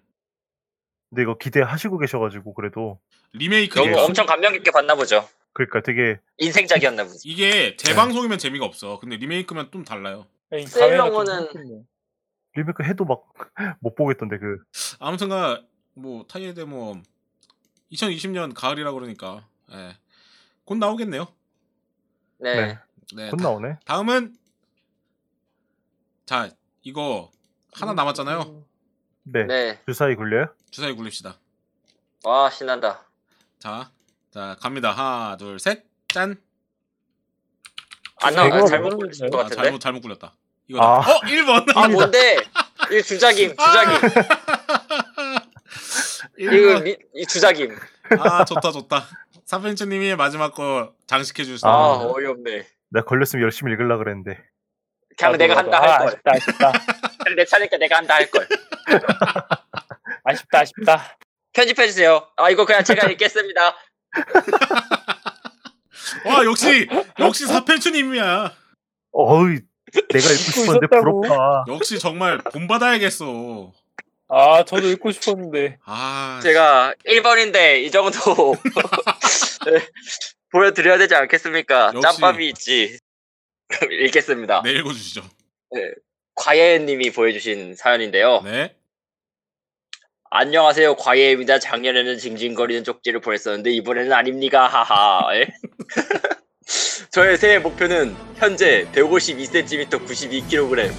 근데 이거 기대하시고 계셔가지고 그래도 리메이크 너무 그래요? 엄청 감명 깊게 봤나 보죠. 그러니까 되게 인생작이었나 보죠. 이게 재방송이면 재미가 없어. 근데 리메이크면 좀 달라요. 아니, 세일러문은- 가면은 좀 그렇겠네. 리메이크 해도 막 못 보겠던데 그 아무튼간 뭐 타이의 데모음 2020년 가을이라 그러니까 예. 곧 나오겠네요. 네. 네. 네. 곧 나오네 다음은 자 이거 하나 남았잖아요. 네, 네. 주사위 굴려요? 주사위 굴립시다. 와, 신난다. 자, 자 갑니다. 하나, 둘, 셋, 짠. 안 아, 나와. 이거 잘못 뭐예요? 보신 것 아, 같은데. 잘못 잘못 굴렸다. 이거 아. 어 1번. 아 뭔데? 이 주작임, 주작임. 이거 1번. 리, 이 주작임. 아 좋다 좋다. 사펜츠님이 마지막 거 장식해 주시다. 아, 아. 어이없네. 내가 걸렸으면 열심히 읽으려 그랬는데 그냥 나도, 내가 나도. 한다 아, 할 걸. 아쉽다 아쉽다 그냥 내 차니까 내가 한다 할 걸. 아쉽다 아쉽다. 편집해 주세요. 아 이거 그냥 제가 읽겠습니다. 와 역시 역시 사펜추님이야. 어이 내가 읽고 싶었는데 있었다고. 부럽다. 역시 정말 본받아야겠어. 아 저도 읽고 싶었는데 아 제가 1번인데 이 정도 네, 보여드려야 되지 않겠습니까? 역시. 짬밥이 있지. 그럼 읽겠습니다. 네 읽어주시죠. 과예님이 보여주신 사연인데요. 네. 안녕하세요, 과예입니다. 작년에는 징징거리는 쪽지를 보냈었는데 이번에는 아닙니다. 하하. 예? 저의 새해 목표는 현재 152cm 92kg,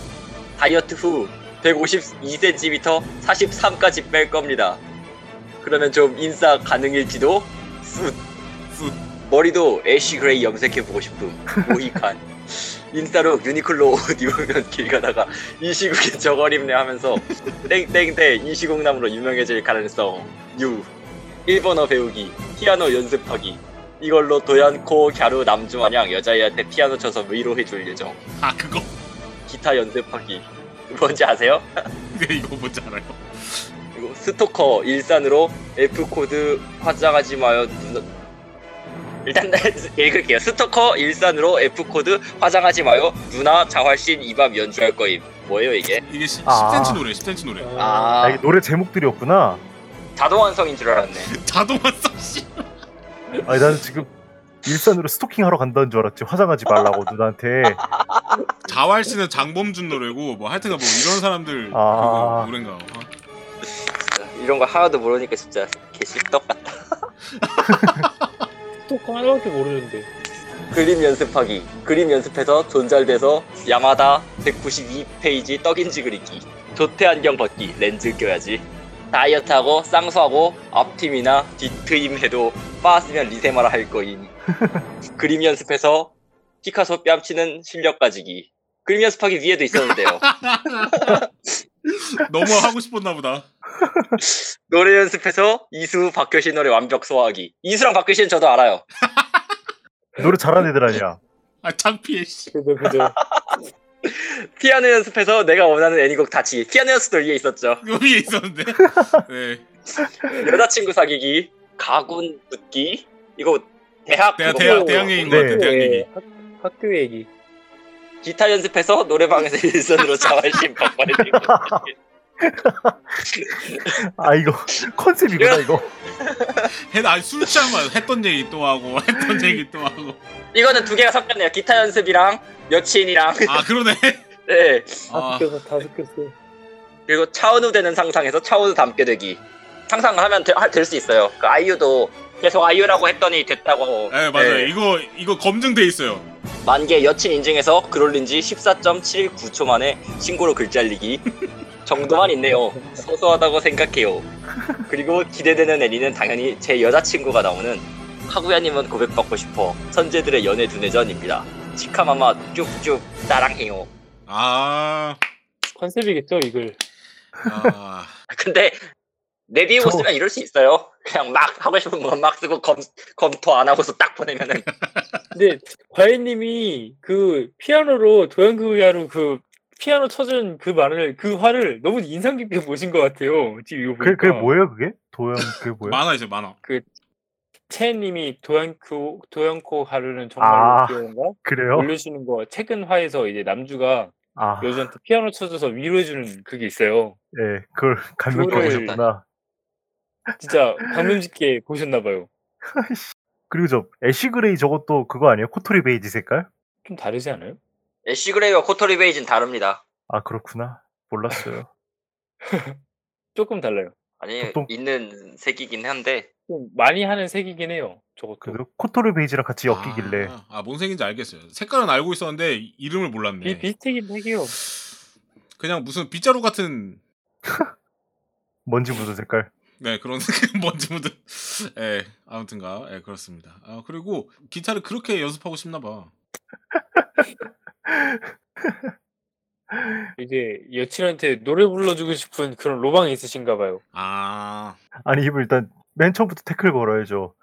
다이어트 후 152cm 43까지 뺄 겁니다. 그러면 좀 인싸 가능일지도 쑥. 쑥. 머리도 애쉬 그레이 염색해보고 싶음. 모히칸. 인싸로 유니클로 옷 입으면 길 가다가 이 시국에 저걸 입네 하면서 땡땡땡 이시공남으로 유명해질 가능성 유 일본어 배우기 피아노 연습하기 이걸로 도연코 갸루 남주마냥 여자애한테 피아노 쳐서 위로해줄 예정 아 그거 기타 연습하기 뭔지 아세요? 네 이거 뭔지 알아요. 이거 스토커 일산으로 F 코드 화장하지 마요 누나- 일단 읽을게요 스토커 일산으로 F 코드 화장하지 마요 누나 자활신 이밤 연주할 거임 뭐예요 이게 이게 시, 아. 10cm 노래 10cm 노래. 아, 아 이게 노래 제목들이었구나. 자동완성인 줄 알았네 그 자동화성 씨. 아니 나는 지금 일산으로 스토킹 하러 간다는 줄 알았지. 화장하지 말라고 누나한테. 자활 씨는 장범준 노래고 뭐 하여튼 뭐 이런 사람들 아. 그거 노래인가. 어. 이런 거 하나도 모르니까 진짜 개씹떡 같다. 또 하나밖에 모르는데 그림 연습하기. 그림 연습해서 존잘돼서 야마다 192페이지 떡인지 그리기. 조퇴 안경 벗기. 렌즈 껴야지. 다이어트하고 쌍수하고 앞트임이나 뒤트임 해도 빠으면 리세마라 할 거임. 그림 연습해서 피카소 뺨치는 실력 가지기. 그림 연습하기 위에도 있었는데요. 너무 하고 싶었나 보다. 노래 연습해서 이수 박효신 노래 완벽 소화하기. 이수랑 박효신 저도 알아요. 노래 잘하는 애들 아니야. 아 창피해 씨. 그죠 그죠 피아노 연습해서 내가 원하는 애니곡 다치기. 피아노 연습도 위에 있었죠. 이거 그 위에 있었는데. 네. 여자친구 사귀기, 가군 붙기, 이거 대학 대학 그거 대학 보고 대학 얘기인 것 네. 같아. 대학 얘기. 학- 학교 얘기 기타 연습해서 노래방에서 일선으로 자활심 박발해드린 거. 아 이거 컨셉이구나 이거. 해나술 취한 거야. 했던 얘기 또 하고 했던 음. 얘기 또 하고. 이거는 두 개가 섞였네요. 기타 연습이랑 여친이랑 아 그러네. 네. 아, 학교가 다 섞였어 그리고 차은우 되는 상상에서 차은우 닮게 되기. 상상하면 될 수 있어요. 그 아이유도 계속 아이유라고 했더니 됐다고. 네 맞아요. 네. 이거 이거 검증돼 있어요. 만개 여친 인증에서 글 올린 지 14.79초 만에 신고로 글 잘리기 정도만 있네요. 소소하다고 생각해요. 그리고 기대되는 애니는 당연히 제 여자친구가 나오는 카구야님은 고백받고 싶어 선제들의 연애 두뇌전입니다. 치카마마 쭉쭉 따랑해요. 아. 컨셉이겠죠 이걸 아. 근데 레디오 저- 쓰면 이럴 수 있어요. 그냥 막 하고 싶은 건 막 쓰고 검, 검토 안 하고서 딱 보내면은 근데 과외님이 그 피아노로 도연구야로 그 피아노 쳐준 그 말을 그 화를 너무 인상 깊게 보신 것 같아요 지금 이거 보니까 그게 그게 뭐예요 그게? 도연 그게 뭐예요? 만화 있어요 만화. 채님이 도연코 도연코 하루는 정말 아. 귀여운가 그래요? 올려주는 거 최근 화에서 이제 남주가 아 여주한테 피아노 쳐줘서 위로해주는 그게 있어요. 예, 그걸 감명 그거를- 깊으셨구나. 진짜 방금 짓게 보셨나봐요. 그리고 저 애쉬 그레이 저것도 그거 아니에요? 코토리 베이지 색깔? 좀 다르지 않아요? 애쉬그레이와 코토리 베이지는 다릅니다. 아 그렇구나. 몰랐어요. 조금 달라요. 아니 보통- 있는 색이긴 한데 좀 많이 하는 색이긴 해요. 저것도. 그래도 코토리 베이지랑 같이 엮이길래 아, 아, 뭔 색인지 알겠어요. 색깔은 알고 있었는데 이- 이름을 몰랐네. 비, 비슷하긴 해요. 그냥 무슨 빗자루 같은 먼지 묻은 색깔. 네 그런 뭔지 모든. 예 아무튼가 예 그렇습니다. 아 그리고 기타를 그렇게 연습하고 싶나 봐. 이제 여친한테 노래 불러주고 싶은 그런 로망이 있으신가 봐요. 아 아니 이분 일단 맨 처음부터 태클 걸어야죠.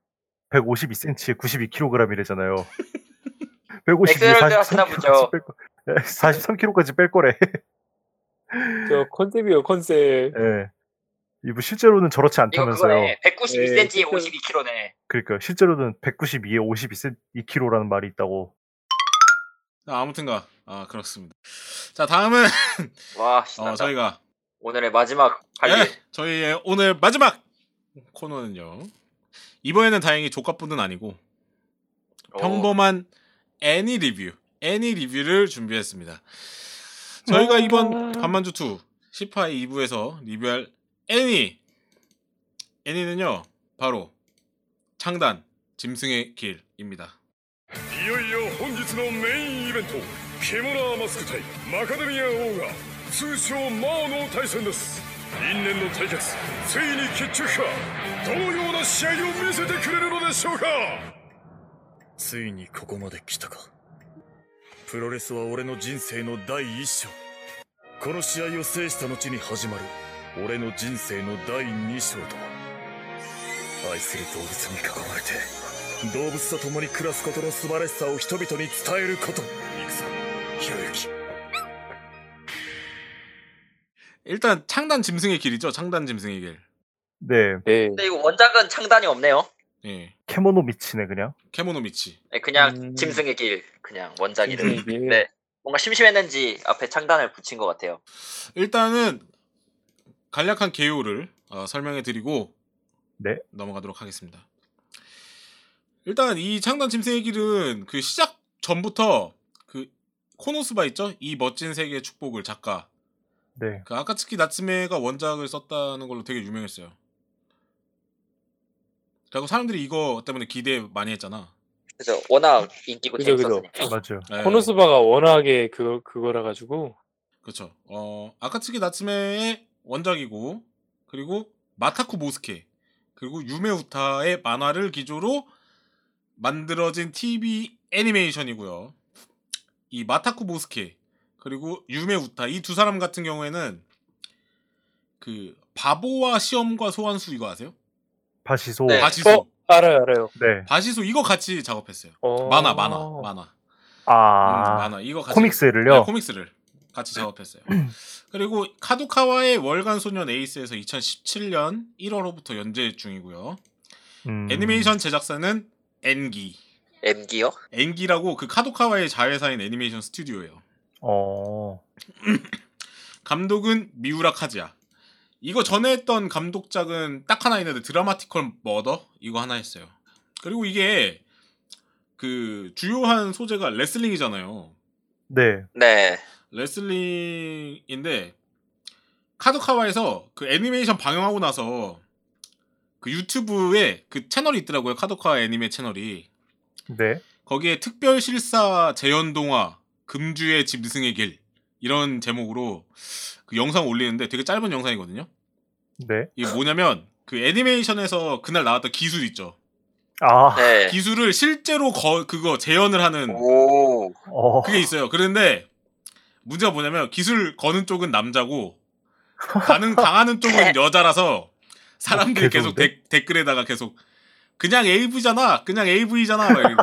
152cm에 92kg이래잖아요. 152에 엑셀을 하시나 보죠. 예, 43kg까지 뺄 거래. 저 컨셉이요 컨셉. 예. 이분 실제로는 저렇지 이거 않다면서요. 그거네. 192cm에 네, 52kg네. 그러니까 실제로는 192에 52kg라는 말이 있다고. 자, 아무튼가 아 그렇습니다. 자 다음은 와 어, 신난다. 저희가 오늘의 마지막 관리. 예, 저희의 오늘 마지막 코너는요. 이번에는 다행히 조카뿐은 아니고 어. 평범한 애니 리뷰, 애니 리뷰를 준비했습니다. 저희가 이번 반만주 2 10화 2부에서 리뷰할 애니 애니는요 바로 창단 짐승의 길입니다. いよいよ本日のメインイベントケモラーマスク対マカデミア王が通称マーの対戦です因縁の対決ついに決着かどのような試合を見せてくれるのでしょうかついにここまで来たかプロレスは俺の人生の第一章この試合を制した後に始まる俺の人生の第二章と愛する動物に囲まれて動物と共に暮らすことの素晴らしさを人々に伝えること行くぞひろゆき 일단 창단 짐승의 길이죠. 창단 짐승의 길. 네, 네. 근데 이거 원작은 창단이 없네요. 예. 캐모노 미치네 그냥. 케모노미치. 네, 그냥 음. 짐승의 길. 그냥 원작 이름. 이게 네. 뭔가 심심했는지 앞에 창단을 붙인 것 같아요. 일단은 간략한 개요를 어, 설명해 드리고 네. 넘어가도록 하겠습니다. 일단 이 창단 짐승의 길은 그 시작 전부터 그 코노스바 있죠? 이 멋진 세계의 축복을 작가 네, 그 아카츠키 나츠메가 원작을 썼다는 걸로 되게 유명했어요. 그리고 사람들이 이거 때문에 기대 많이 했잖아. 그래서 워낙 인기고 그죠, 그죠. 재밌었으니까. 맞아요. 네. 코노스바가 워낙에 그거 그거라 가지고 그렇죠. 어 아카츠키 나츠메의 원작이고 그리고 마타쿠 모스케 그리고 유메우타의 만화를 기조로 만들어진 TV 애니메이션이고요. 이 마타쿠 모스케 그리고 유메우타 이 두 사람 같은 경우에는 그 바보와 시험과 소환수 이거 아세요? 바시소. 네. 바시소. 어? 알아요, 알아요. 네. 바시소 이거 같이 작업했어요. 어... 만화 만화 만화 음, 아, 만화 이거 같이 네, 코믹스를요. 코믹스를 같이 작업했어요. 그리고 카도카와의 월간 소년 에이스에서 2017년 1월부터 연재 중이고요. 음, 애니메이션 제작사는 엔기. MG요? 엔기라고 그 카도카와의 자회사인 애니메이션 스튜디오예요. 어, 감독은 미우라 카즈야. 이거 전에 했던 감독작은 딱 하나 있는데 드라마티컬 머더 이거 하나 했어요. 그리고 이게 그 주요한 소재가 레슬링이잖아요. 네, 네. 레슬링인데 카도카와에서 그 애니메이션 방영하고 나서 그 유튜브에 그 채널이 있더라고요 카도카와 애니메 채널이 네. 거기에 특별 실사 재현 동화 금주의 짐승의 길 이런 제목으로 그 영상 올리는데 되게 짧은 영상이거든요 네. 이게 뭐냐면 그 애니메이션에서 그날 나왔던 기술 있죠 아, 네. 기술을 실제로 거- 그거 재현을 하는 오. 어, 그게 있어요. 그런데 문제가 뭐냐면 기술 거는 쪽은 남자고 가는 당하는 쪽은 여자라서 사람들이 어, 계속 개소인데? 댓- 댓글에다가 계속 그냥 AV잖아, 그냥 AV잖아 막 이러고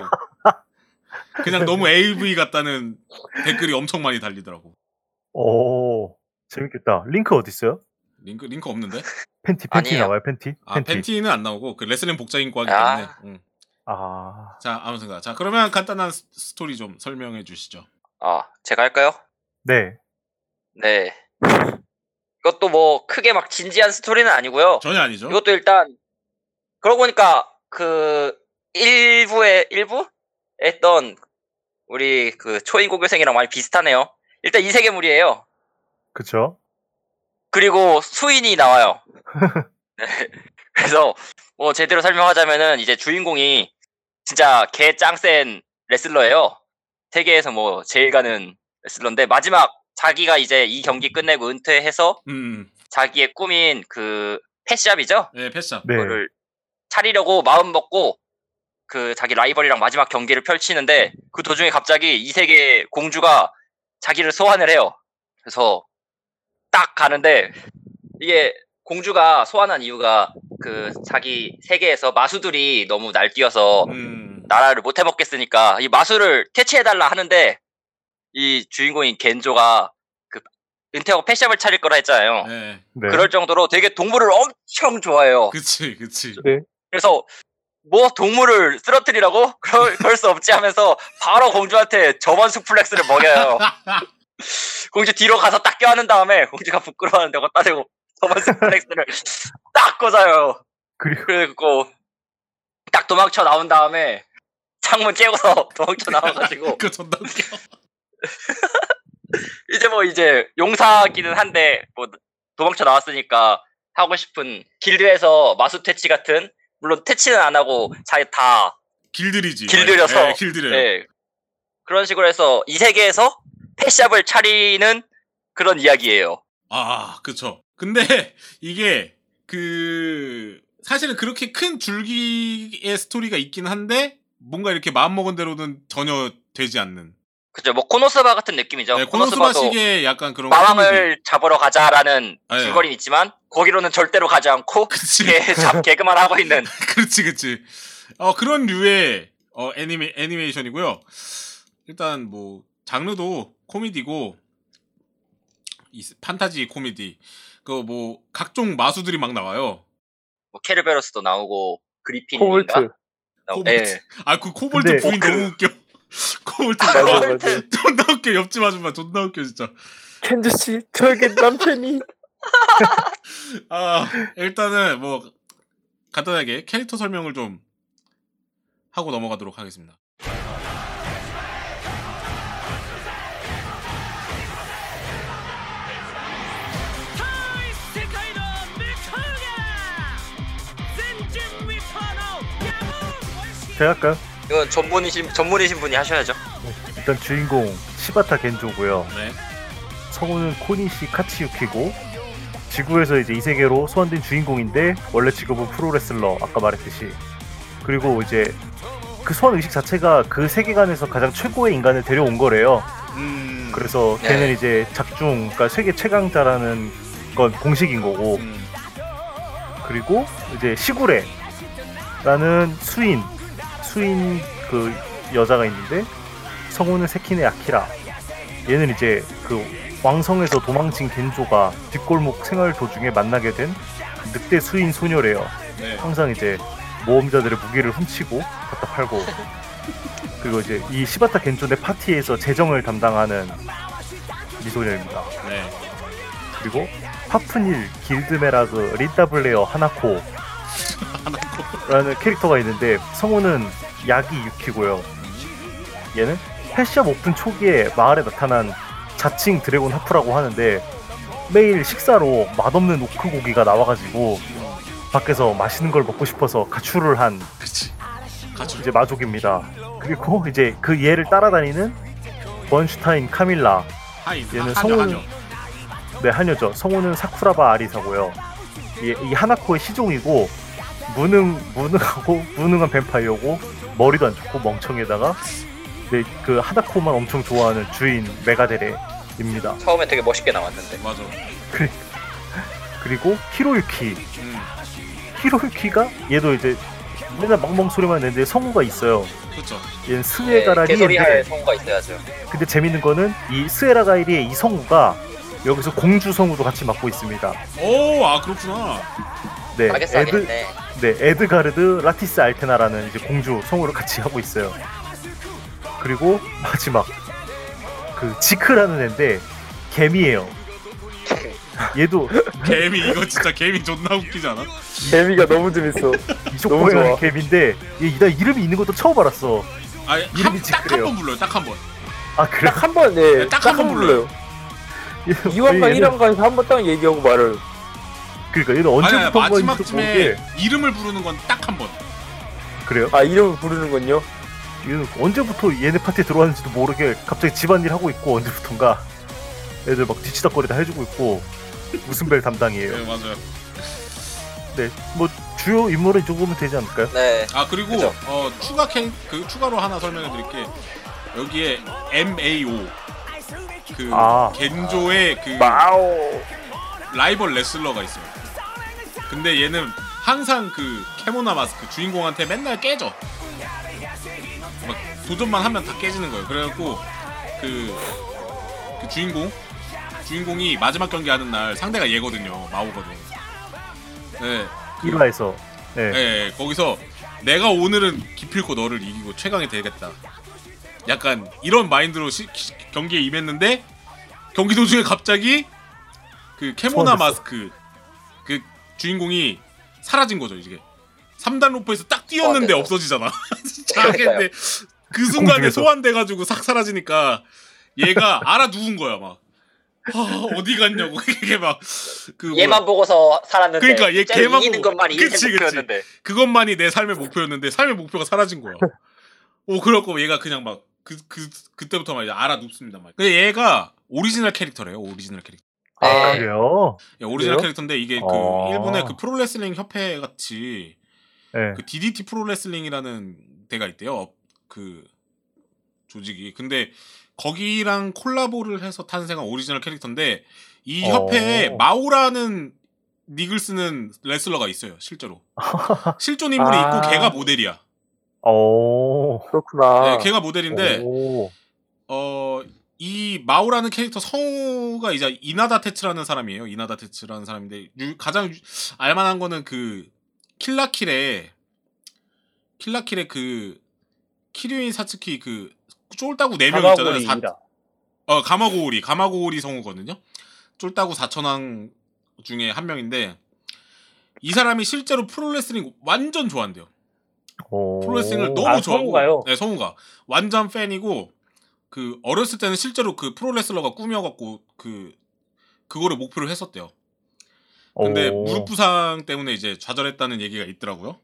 그냥 너무 AV 같다는 댓글이 엄청 많이 달리더라고. 오, 재밌겠다. 링크 어디 있어요? 링크 링크 없는데? 팬티, 팬티 아니에요. 나와요, 팬티, 아 팬티. 팬티는 안 나오고 그 레슬링 복장인과기 아. 때문에. 응. 아, 자 아무튼가 자 그러면 간단한 스- 스토리 좀 설명해 주시죠. 아, 제가 할까요? 네, 네. 이것도 뭐 크게 막 진지한 스토리는 아니고요. 전혀 아니죠? 이것도 일단 그러고 보니까 그 일부에 일부 했던 우리 그 초인고교생이랑 많이 비슷하네요. 일단 이 세계물이에요. 그쵸? 그리고 수인이 나와요. 네. 그래서 뭐 제대로 설명하자면은 이제 주인공이 진짜 개 짱센 레슬러예요. 세계에서 뭐 제일 가는 레슬러인데 마지막 자기가 이제 이 경기 끝내고 은퇴해서 음, 자기의 꿈인 그 패시합이죠. 예, 패샵. 네, 그거를 차리려고 마음 먹고 그 자기 라이벌이랑 마지막 경기를 펼치는데 그 도중에 갑자기 이 세계 공주가 자기를 소환을 해요. 그래서 딱 가는데 이게 공주가 소환한 이유가 그 자기 세계에서 마수들이 너무 날뛰어서 음, 나라를 못 해먹겠으니까 이 마수를 퇴치해달라 하는데 이 주인공인 겐조가 그 은퇴하고 펫샵을 차릴 거라 했잖아요. 네. 네. 그럴 정도로 되게 동물을 엄청 좋아해요. 그치, 그치. 네, 그래서 뭐 동물을 쓰러뜨리라고? 그럴, 그럴 수 없지 하면서 바로 공주한테 저번 수플렉스를 먹여요. 공주 뒤로 가서 딱 껴안은 다음에 공주가 부끄러워하는다고 따지고 저번 수플렉스를 딱 꽂아요. 그리고- 그리고 딱 도망쳐 나온 다음에 창문 깨고서 도망쳐 나와가지고 그거 존나 웃겨. 이제 뭐 이제 용사기는 한데 뭐 도망쳐 나왔으니까 하고 싶은 길드에서 마수 퇴치 같은 물론 퇴치는 안 하고 잘다 길들이지. 길들여서. 네, 길들여요. 네. 그런 식으로 해서 이 세계에서 펫샵을 차리는 그런 이야기예요. 아, 그쵸. 근데 이게 그 사실은 그렇게 큰 줄기의 스토리가 있긴 한데 뭔가 이렇게 마음먹은 대로는 전혀 되지 않는. 그죠? 뭐 코노스바 같은 느낌이죠. 네, 코노스바도 코노스바식의 약간 그런 코미디. 마왕을 잡으러 가자라는 아, 예. 줄거리는 있지만 거기로는 절대로 가지 않고 그치. 개, 잡 개그만 하고 있는 그렇지, 그렇지. 어, 그런 류의 어, 애니메, 애니메이션이고요. 일단 뭐 장르도 코미디고 이 스- 판타지 코미디. 그 뭐 각종 마수들이 막 나와요. 뭐 캐르베로스도 나오고 그리핀인가? 코볼트. 나오고, 코볼트. 예. 아, 그 코볼트 근데- 부인 너무 웃겨. 코볼트 아, 부인. 맞아, 코볼트. 맞아. 존나 웃겨 옆집 아줌마 존나 웃겨 진짜 켄즈 씨, 저에게 남편이. 아 일단은 뭐 간단하게 캐릭터 설명을 좀 하고 넘어가도록 하겠습니다 제가 할까요? 이건 전문이신 전문이신 분이 하셔야죠. 일단 주인공 시바타 겐조고요. 네 성우는 코니시 카치유키고 지구에서 이제 이 세계로 소환된 주인공인데 원래 직업은 프로레슬러 아까 말했듯이 그리고 이제 그 소환 의식 자체가 그 세계관에서 가장 최고의 인간을 데려온 거래요. 음, 그래서 네. 걔는 이제 작중 그러니까 세계 최강자라는 건 공식인 거고 음, 그리고 이제 시구레 라는 수인 수인 그 여자가 있는데 성우는 세키네 아키라 얘는 이제 그 왕성에서 도망친 겐조가 뒷골목 생활 도중에 만나게 된그 늑대 수인 소녀래요 네. 항상 이제 모험자들의 무기를 훔치고 갖다 팔고 그리고 이제 이 시바타 겐조네 파티에서 재정을 담당하는 미소녀입니다 네. 그리고 파프닐 길드메라그 린다블레어 하나코 라는 캐릭터가 있는데 성우는 야기 유키고요 얘는 패샵 오픈 초기에 마을에 나타난 자칭 드래곤 하프라고 하는데 매일 식사로 맛없는 오크 고기가 나와가지고 밖에서 맛있는 걸 먹고 싶어서 가출을 한 그치 가출 이제 마족입니다 그리고 이제 그 얘를 따라다니는 번슈타인 카밀라 하인 얘는 하, 하죠 성우- 하죠 네, 한여죠. 성우는 사쿠라바 아리사고요. 이, 이 하나코의 시종이고 무능 무능하고 무능한 뱀파이어고 머리도 안 좋고 멍청에다가 네, 그 하나코만 엄청 좋아하는 주인 메가데레입니다. 처음에 되게 멋있게 나왔는데 맞아 그리고 히로유키. 음, 히로유키가 얘도 이제 맨날 멍멍 소리만 내는데 성우가 있어요. 그쵸 얘는 스에가라리인데 네, 개소리 할 성우가 있어야죠. 근데 재밌는 거는 이 스에라가이리의 이 성우가 여기서 공주 성우도 같이 맡고 있습니다. 오아 그렇구나 네, 가게 싸게 했네. 네, 에드가르드 라티스 알테나라는 이제 공주 성우를 같이 하고 있어요. 그리고 마지막 그 지크라는 애인데 개미예요. 얘도 개미 이거 진짜 개미 존나 웃기지 않아? 재미가 너무 재밌어. 너무 이쪽고양이 좋아. 개미인데 얘, 나 이름이 있는 것도 처음 알았어. 아, 이름이 딱한 지그래요. 번 불러요 딱 한번 아 그래? 딱 한 번, 예. 네, 딱한번 네. 딱한 번 불러요. 얘- 2화가 얘는- 1화가에서 한 번 딱 얘기하고 말을. 그러니까 아니 얘는 아니, 언제부터 한번 마지막쯤에 이름을 부르는 건 딱 한번 그래요? 아, 아, 이름을 부르는군요. 얘는 언제부터 얘네 파티에 들어왔는지도 모르게 갑자기 집안일 하고 있고 언제부턴가 애들 막 뒤치다거리다 해주고 있고 무슨 벨 담당이에요. 네 맞아요 네, 뭐 주요 인물은 조금은 되지 않을까요? 네. 아 그리고 그죠? 어 추가 캐, 그 추가로 하나 설명해 드릴게 여기에 MAO 그 아. 겐조의 그 마오. 라이벌 레슬러가 있어요. 근데 얘는 항상 그 캐모나 마스크 주인공한테 맨날 깨져. 막 도전만 하면 다 깨지는 거예요. 그래갖고 그, 그 주인공 주인공이 마지막 경기 하는 날 상대가 얘거든요. 마오거든. 네. 1화에서 네. 예, 예, 거기서 내가 오늘은 기필코 너를 이기고 최강이 되겠다. 약간 이런 마인드로 시- 시- 경기에 임했는데 경기 도중에 갑자기 그 캐모나 소환됐어. 마스크 그 주인공이 사라진 거죠 이게 3단 로프에서 딱 뛰었는데 소환됐어. 없어지잖아. 진짜 근데 그 순간에 공중에서. 소환돼가지고 싹 사라지니까 얘가 알아 누운 거야 막. 아, 어디 갔냐고 이게 막그 얘만 보고서 살았는데 그러니까 얘 쟤를 걔만 이기는 보고- 것만이 그치, 인생 그치. 목표였는데 그것만이 내 삶의 목표였는데 삶의 목표가 사라진 거야. 오 그렇고 얘가 그냥 막 그 그 그, 때부터 막 이제 알아 눕습니다 막. 근데 얘가 오리지널 캐릭터래요. 오리지널 캐릭터. 아 네. 그래요? 예, 오리지널 그래요? 캐릭터인데 이게 그 아. 일본의 그 프로레슬링 협회 같이 네. 그 DDT 프로레슬링이라는 데가 있대요. 그 조직이. 근데 거기랑 콜라보를 해서 탄생한 오리지널 캐릭터인데 이 어. 협회에 마오라는 닉을 쓰는 레슬러가 있어요. 실제로. 실존 인물이 아. 있고 걔가 모델이야. 오. 그렇구나. 아. 네, 걔가 모델인데 어. 오. 어, 이 마오라는 캐릭터 성우가 이제 이나다 테츠라는 사람이에요. 이나다 테츠라는 사람인데 유- 가장 유- 알만한 거는 그 킬라킬의 킬라킬의 그 키류인 사츠키 그 쫄따구 네명 있잖아요. 사- 사과고리이다. 어, 가마고오리, 가마고오리 성우거든요. 쫄따구 사천왕 중에 한 명인데 이 사람이 실제로 프로레슬링 완전 좋아한대요. 오. 프로레슬링을 너무 아, 좋아하고 성우가요? 네, 성우가 완전 팬이고 그 어렸을 때는 실제로 그 프로레슬러가 꾸며갖고 그 그거를 목표로 했었대요. 근데 오. 무릎 부상 때문에 이제 좌절했다는 얘기가 있더라고요.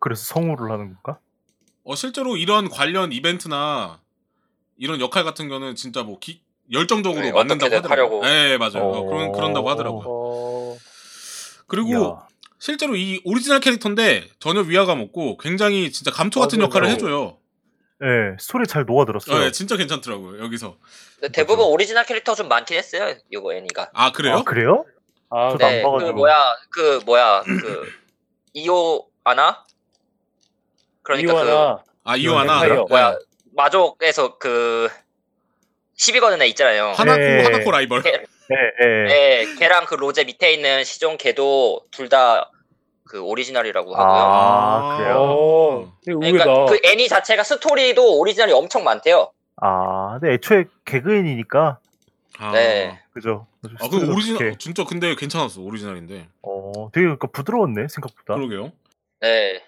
그래서 성우를 하는 건가? 어 실제로 이런 관련 이벤트나 이런 역할 같은 거는 진짜 뭐 기- 열정적으로 네, 맞는다고 어떻게든 하더라고요. 하려고. 네, 맞아요. 어, 오. 그런 그런다고 하더라고요. 어... 네. 그리고 이야. 실제로 이 오리지널 캐릭터인데 전혀 위화감 없고 굉장히 진짜 감초 같은 맞아요. 역할을 해줘요. 네, 스토리 잘 녹아들었어요. 네, 진짜 괜찮더라고요. 여기서 근데 대부분 오리지널 캐릭터 좀 많긴 했어요. 요거 애니가. 아 그래요? 아, 그래요? 아, 저도 안 네, 그 봐가지고. 뭐야 그 뭐야 그 이오 아나? 그러니까 그 이완아 아 이오하나 네, 뭐야 마족에서 그 시비 거는 애 있잖아요. 하나코 네. 하나코 라이벌 네. 네, 네. 네, 걔랑 그 로제 밑에 있는 시종 걔도 둘 다 그 오리지널이라고 하고요. 아, 아. 그래요? 어, 되게 의외다. 그러니까 그 애니 자체가 스토리도 오리지널이 엄청 많대요. 아, 근데 애초에 개그인이니까 아, 네. 그죠? 아, 그 오리지널 그렇게. 진짜 근데 괜찮았어 오리지널인데. 어, 되게 그러니까 부드러웠네 생각보다. 그러게요. 네.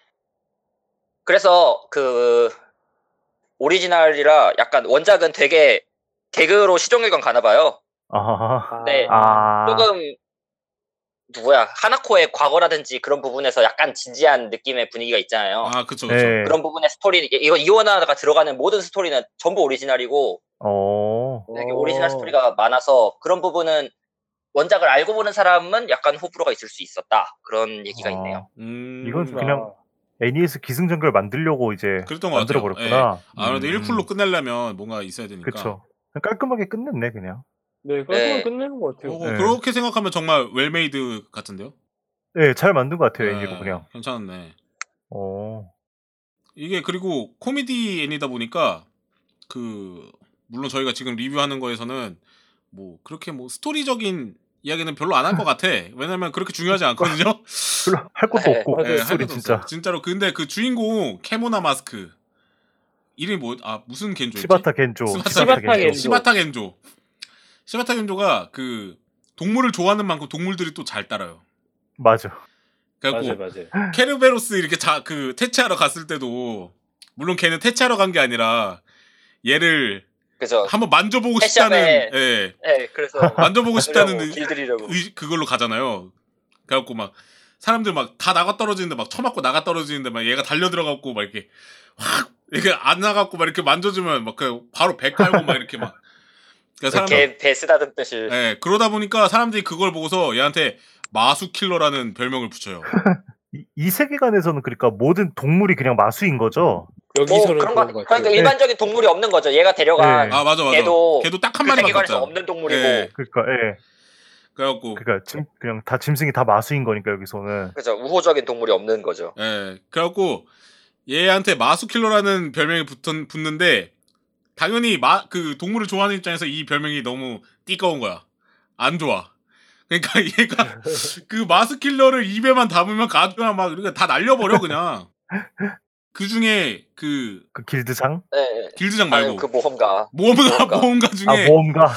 그래서 그 오리지널이라 약간 원작은 되게 개그로 시종일관 가나봐요. 아, 네. 아, 조금 누구야 하나코의 과거라든지 그런 부분에서 약간 진지한 느낌의 분위기가 있잖아요. 아 그쵸 그쵸. 네. 그런 부분의 스토리 이거 이원화가 들어가는 모든 스토리는 전부 오리지널이고 어, 되게 어. 오리지널 스토리가 많아서 그런 부분은 원작을 알고 보는 사람은 약간 호불호가 있을 수 있었다 그런 얘기가 아, 있네요. 음, 이건 그렇구나. 그냥 애니에서 기승전결 만들려고 이제 그랬던 것 만들어 같아요. 예. 버렸구나. 아무래도 음, 1쿨로 끝내려면 뭔가 있어야 되니까. 그쵸. 그냥 깔끔하게 끝냈네 그냥. 네, 그걸 네. 끝내는 것 같아요. 어, 네. 그렇게 생각하면 정말 웰메이드 같은데요? 네, 잘 만든 것 같아요 네, 애니로 그냥. 괜찮았네. 어, 이게 그리고 코미디 애니다 보니까 그 물론 저희가 지금 리뷰하는 거에서는 뭐 그렇게 뭐 스토리적인 이야기는 별로 안 할 것 같아. 왜냐면 그렇게 중요하지 않거든요. 별로 할 것도 네. 없고 네, 그 할 소리 것도 진짜. 없어요. 진짜로 근데 그 주인공 캐모나 마스크 이름이 뭐아 무슨 겐조였지? 시바타 겐조. 시바타 겐조. 시바타 겐조. 시바타 겐조가 그 동물을 좋아하는 만큼 동물들이 또 잘 따라요. 맞아. 네. 맞아요, 그래갖고 맞아요. 케르베로스 이렇게 자 그 퇴치하러 갔을 때도 물론 걔는 퇴치하러 간 게 아니라 얘를 그죠? 한번 만져보고 패션에- 싶다는 예 네 그래서 아, 뭐 만져보고 싶다는 의- 길들이려고 의- 그걸로 가잖아요. 그래갖고 막 사람들 막 다 나가 떨어지는데 막 쳐맞고 나가 떨어지는데 막 얘가 달려 들어가고 막 이렇게 확 이렇게 안 나가고 막 이렇게 만져주면 막 그 바로 배 깔고 막 이렇게 막 그러니까 사람 예 걔배 쓰다듬듯이 네, 그러다 보니까 사람들이 그걸 보고서 얘한테 마수 킬러라는 별명을 붙여요. 이, 이 세계관에서는 그러니까 모든 동물이 그냥 마수인 뭐 거죠. 어, 여기서는 그런 거 그런 것 그러니까 같아요. 일반적인 동물이 없는 거죠. 얘가 데려간 네. 아 맞아 맞아. 걔도 딱 한 그 마리만 세계관에서 갔잖아. 없는 동물이고 예. 그러니까 예. 그래갖고 그러니까 짐, 그냥 다 짐승이 다 마수인 거니까 여기서는. 그죠? 우호적인 동물이 없는 거죠. 예. 그래갖고 얘한테 마수킬러라는 별명이 붙은, 붙는데 당연히 마 그 동물을 좋아하는 입장에서 이 별명이 너무 띠꺼운 거야. 안 좋아. 그러니까 얘가 그 마스킬러를 입에만 담으면 가주야 막 그러니까 다 날려버려 그냥. 그 중에 그 그 길드장? 네. 길드장 아니 말고 그 모험가. 모험가 모험가. 모험가 중에 아 모험가.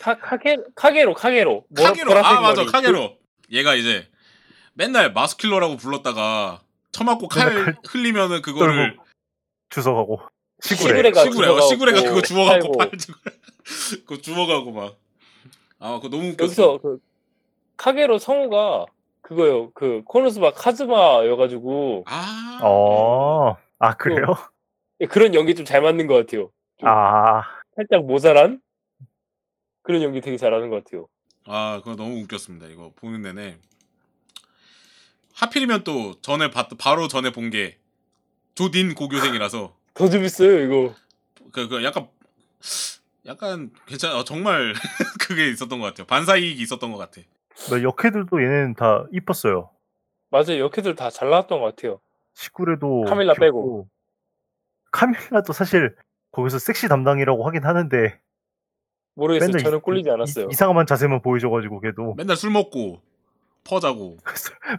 카, 카게, 카게로, 카게로. 뭐라- 카게로 보라색 아 맞아 머리. 카게로 얘가 이제 맨날 마스킬러라고 불렀다가 처맞고 맨날 칼 칼 흘리면은 그거를 주워가고. 시골에. 그 시골에가 시구레 주워가고 네. 시구레가 그거 주워갖고 팔고. 팔지 그거 주워가고 막아 그거 너무 웃겼어 여기서 그 카게로 성우가 그거요. 그 코노스바 카즈마여가지고 아 어. 아 그래요? 예, 그런 연기 좀 잘 맞는 것 같아요. 아 살짝 모자란 그런 연기 되게 잘하는 것 같아요. 아, 그거 너무 웃겼습니다. 이거 보는 내내. 하필이면 또 전에 봤 바로 전에 본 게 조딘 고교생이라서 더 재밌어요 이거. 그, 그 약간 약간 괜찮아 어, 정말 그게 있었던 것 같아요. 반사 이익이 있었던 것 같아. 나뭐 역해들도 얘는 다 이뻤어요. 맞아요. 역캐들 다 잘 나왔던 것 같아요. 시골에도. 카밀라 귀엽고. 빼고. 카밀라도 사실 거기서 섹시 담당이라고 하긴 하는데. 모르겠어요. 맨날 저는 이- 꼴리지 이- 않았어요. 이, 상한 자세만 보여줘가지고 걔도 네. 맨날 술 먹고 퍼자고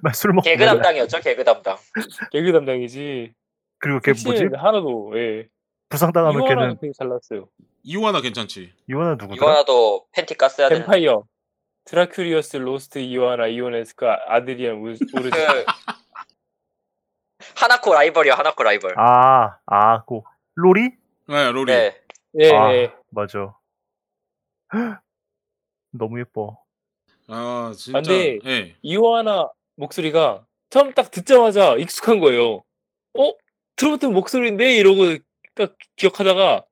막술 먹고. 개그 맨날- 담당이었죠 개그 아, 담당. 개그 담당이지. 그리고 걔 섹시는 뭐지? 하나도 예. 부상당하면 이화랑 걔는 되게 잘 나왔어요. 이호하나 괜찮지. 이완아 누구더라? 이거나도 팬티 깠어야 되는. 뱀파이어. 드라큘리어스 로스트 이와나 이오네스크 아드리안 우르- 우르스 그 하나코 라이벌이요 하나코 라이벌. 아, 아, 그 로리? 네, 로리. 네. 예, 아. 예. 맞아. 너무 예뻐. 아 진짜. 아, 근데- 예. 이와나 목소리가 처음 딱 듣자마자 익숙한 거예요. 어? 들어봤던 목소리인데? 이러고 딱 기억하다가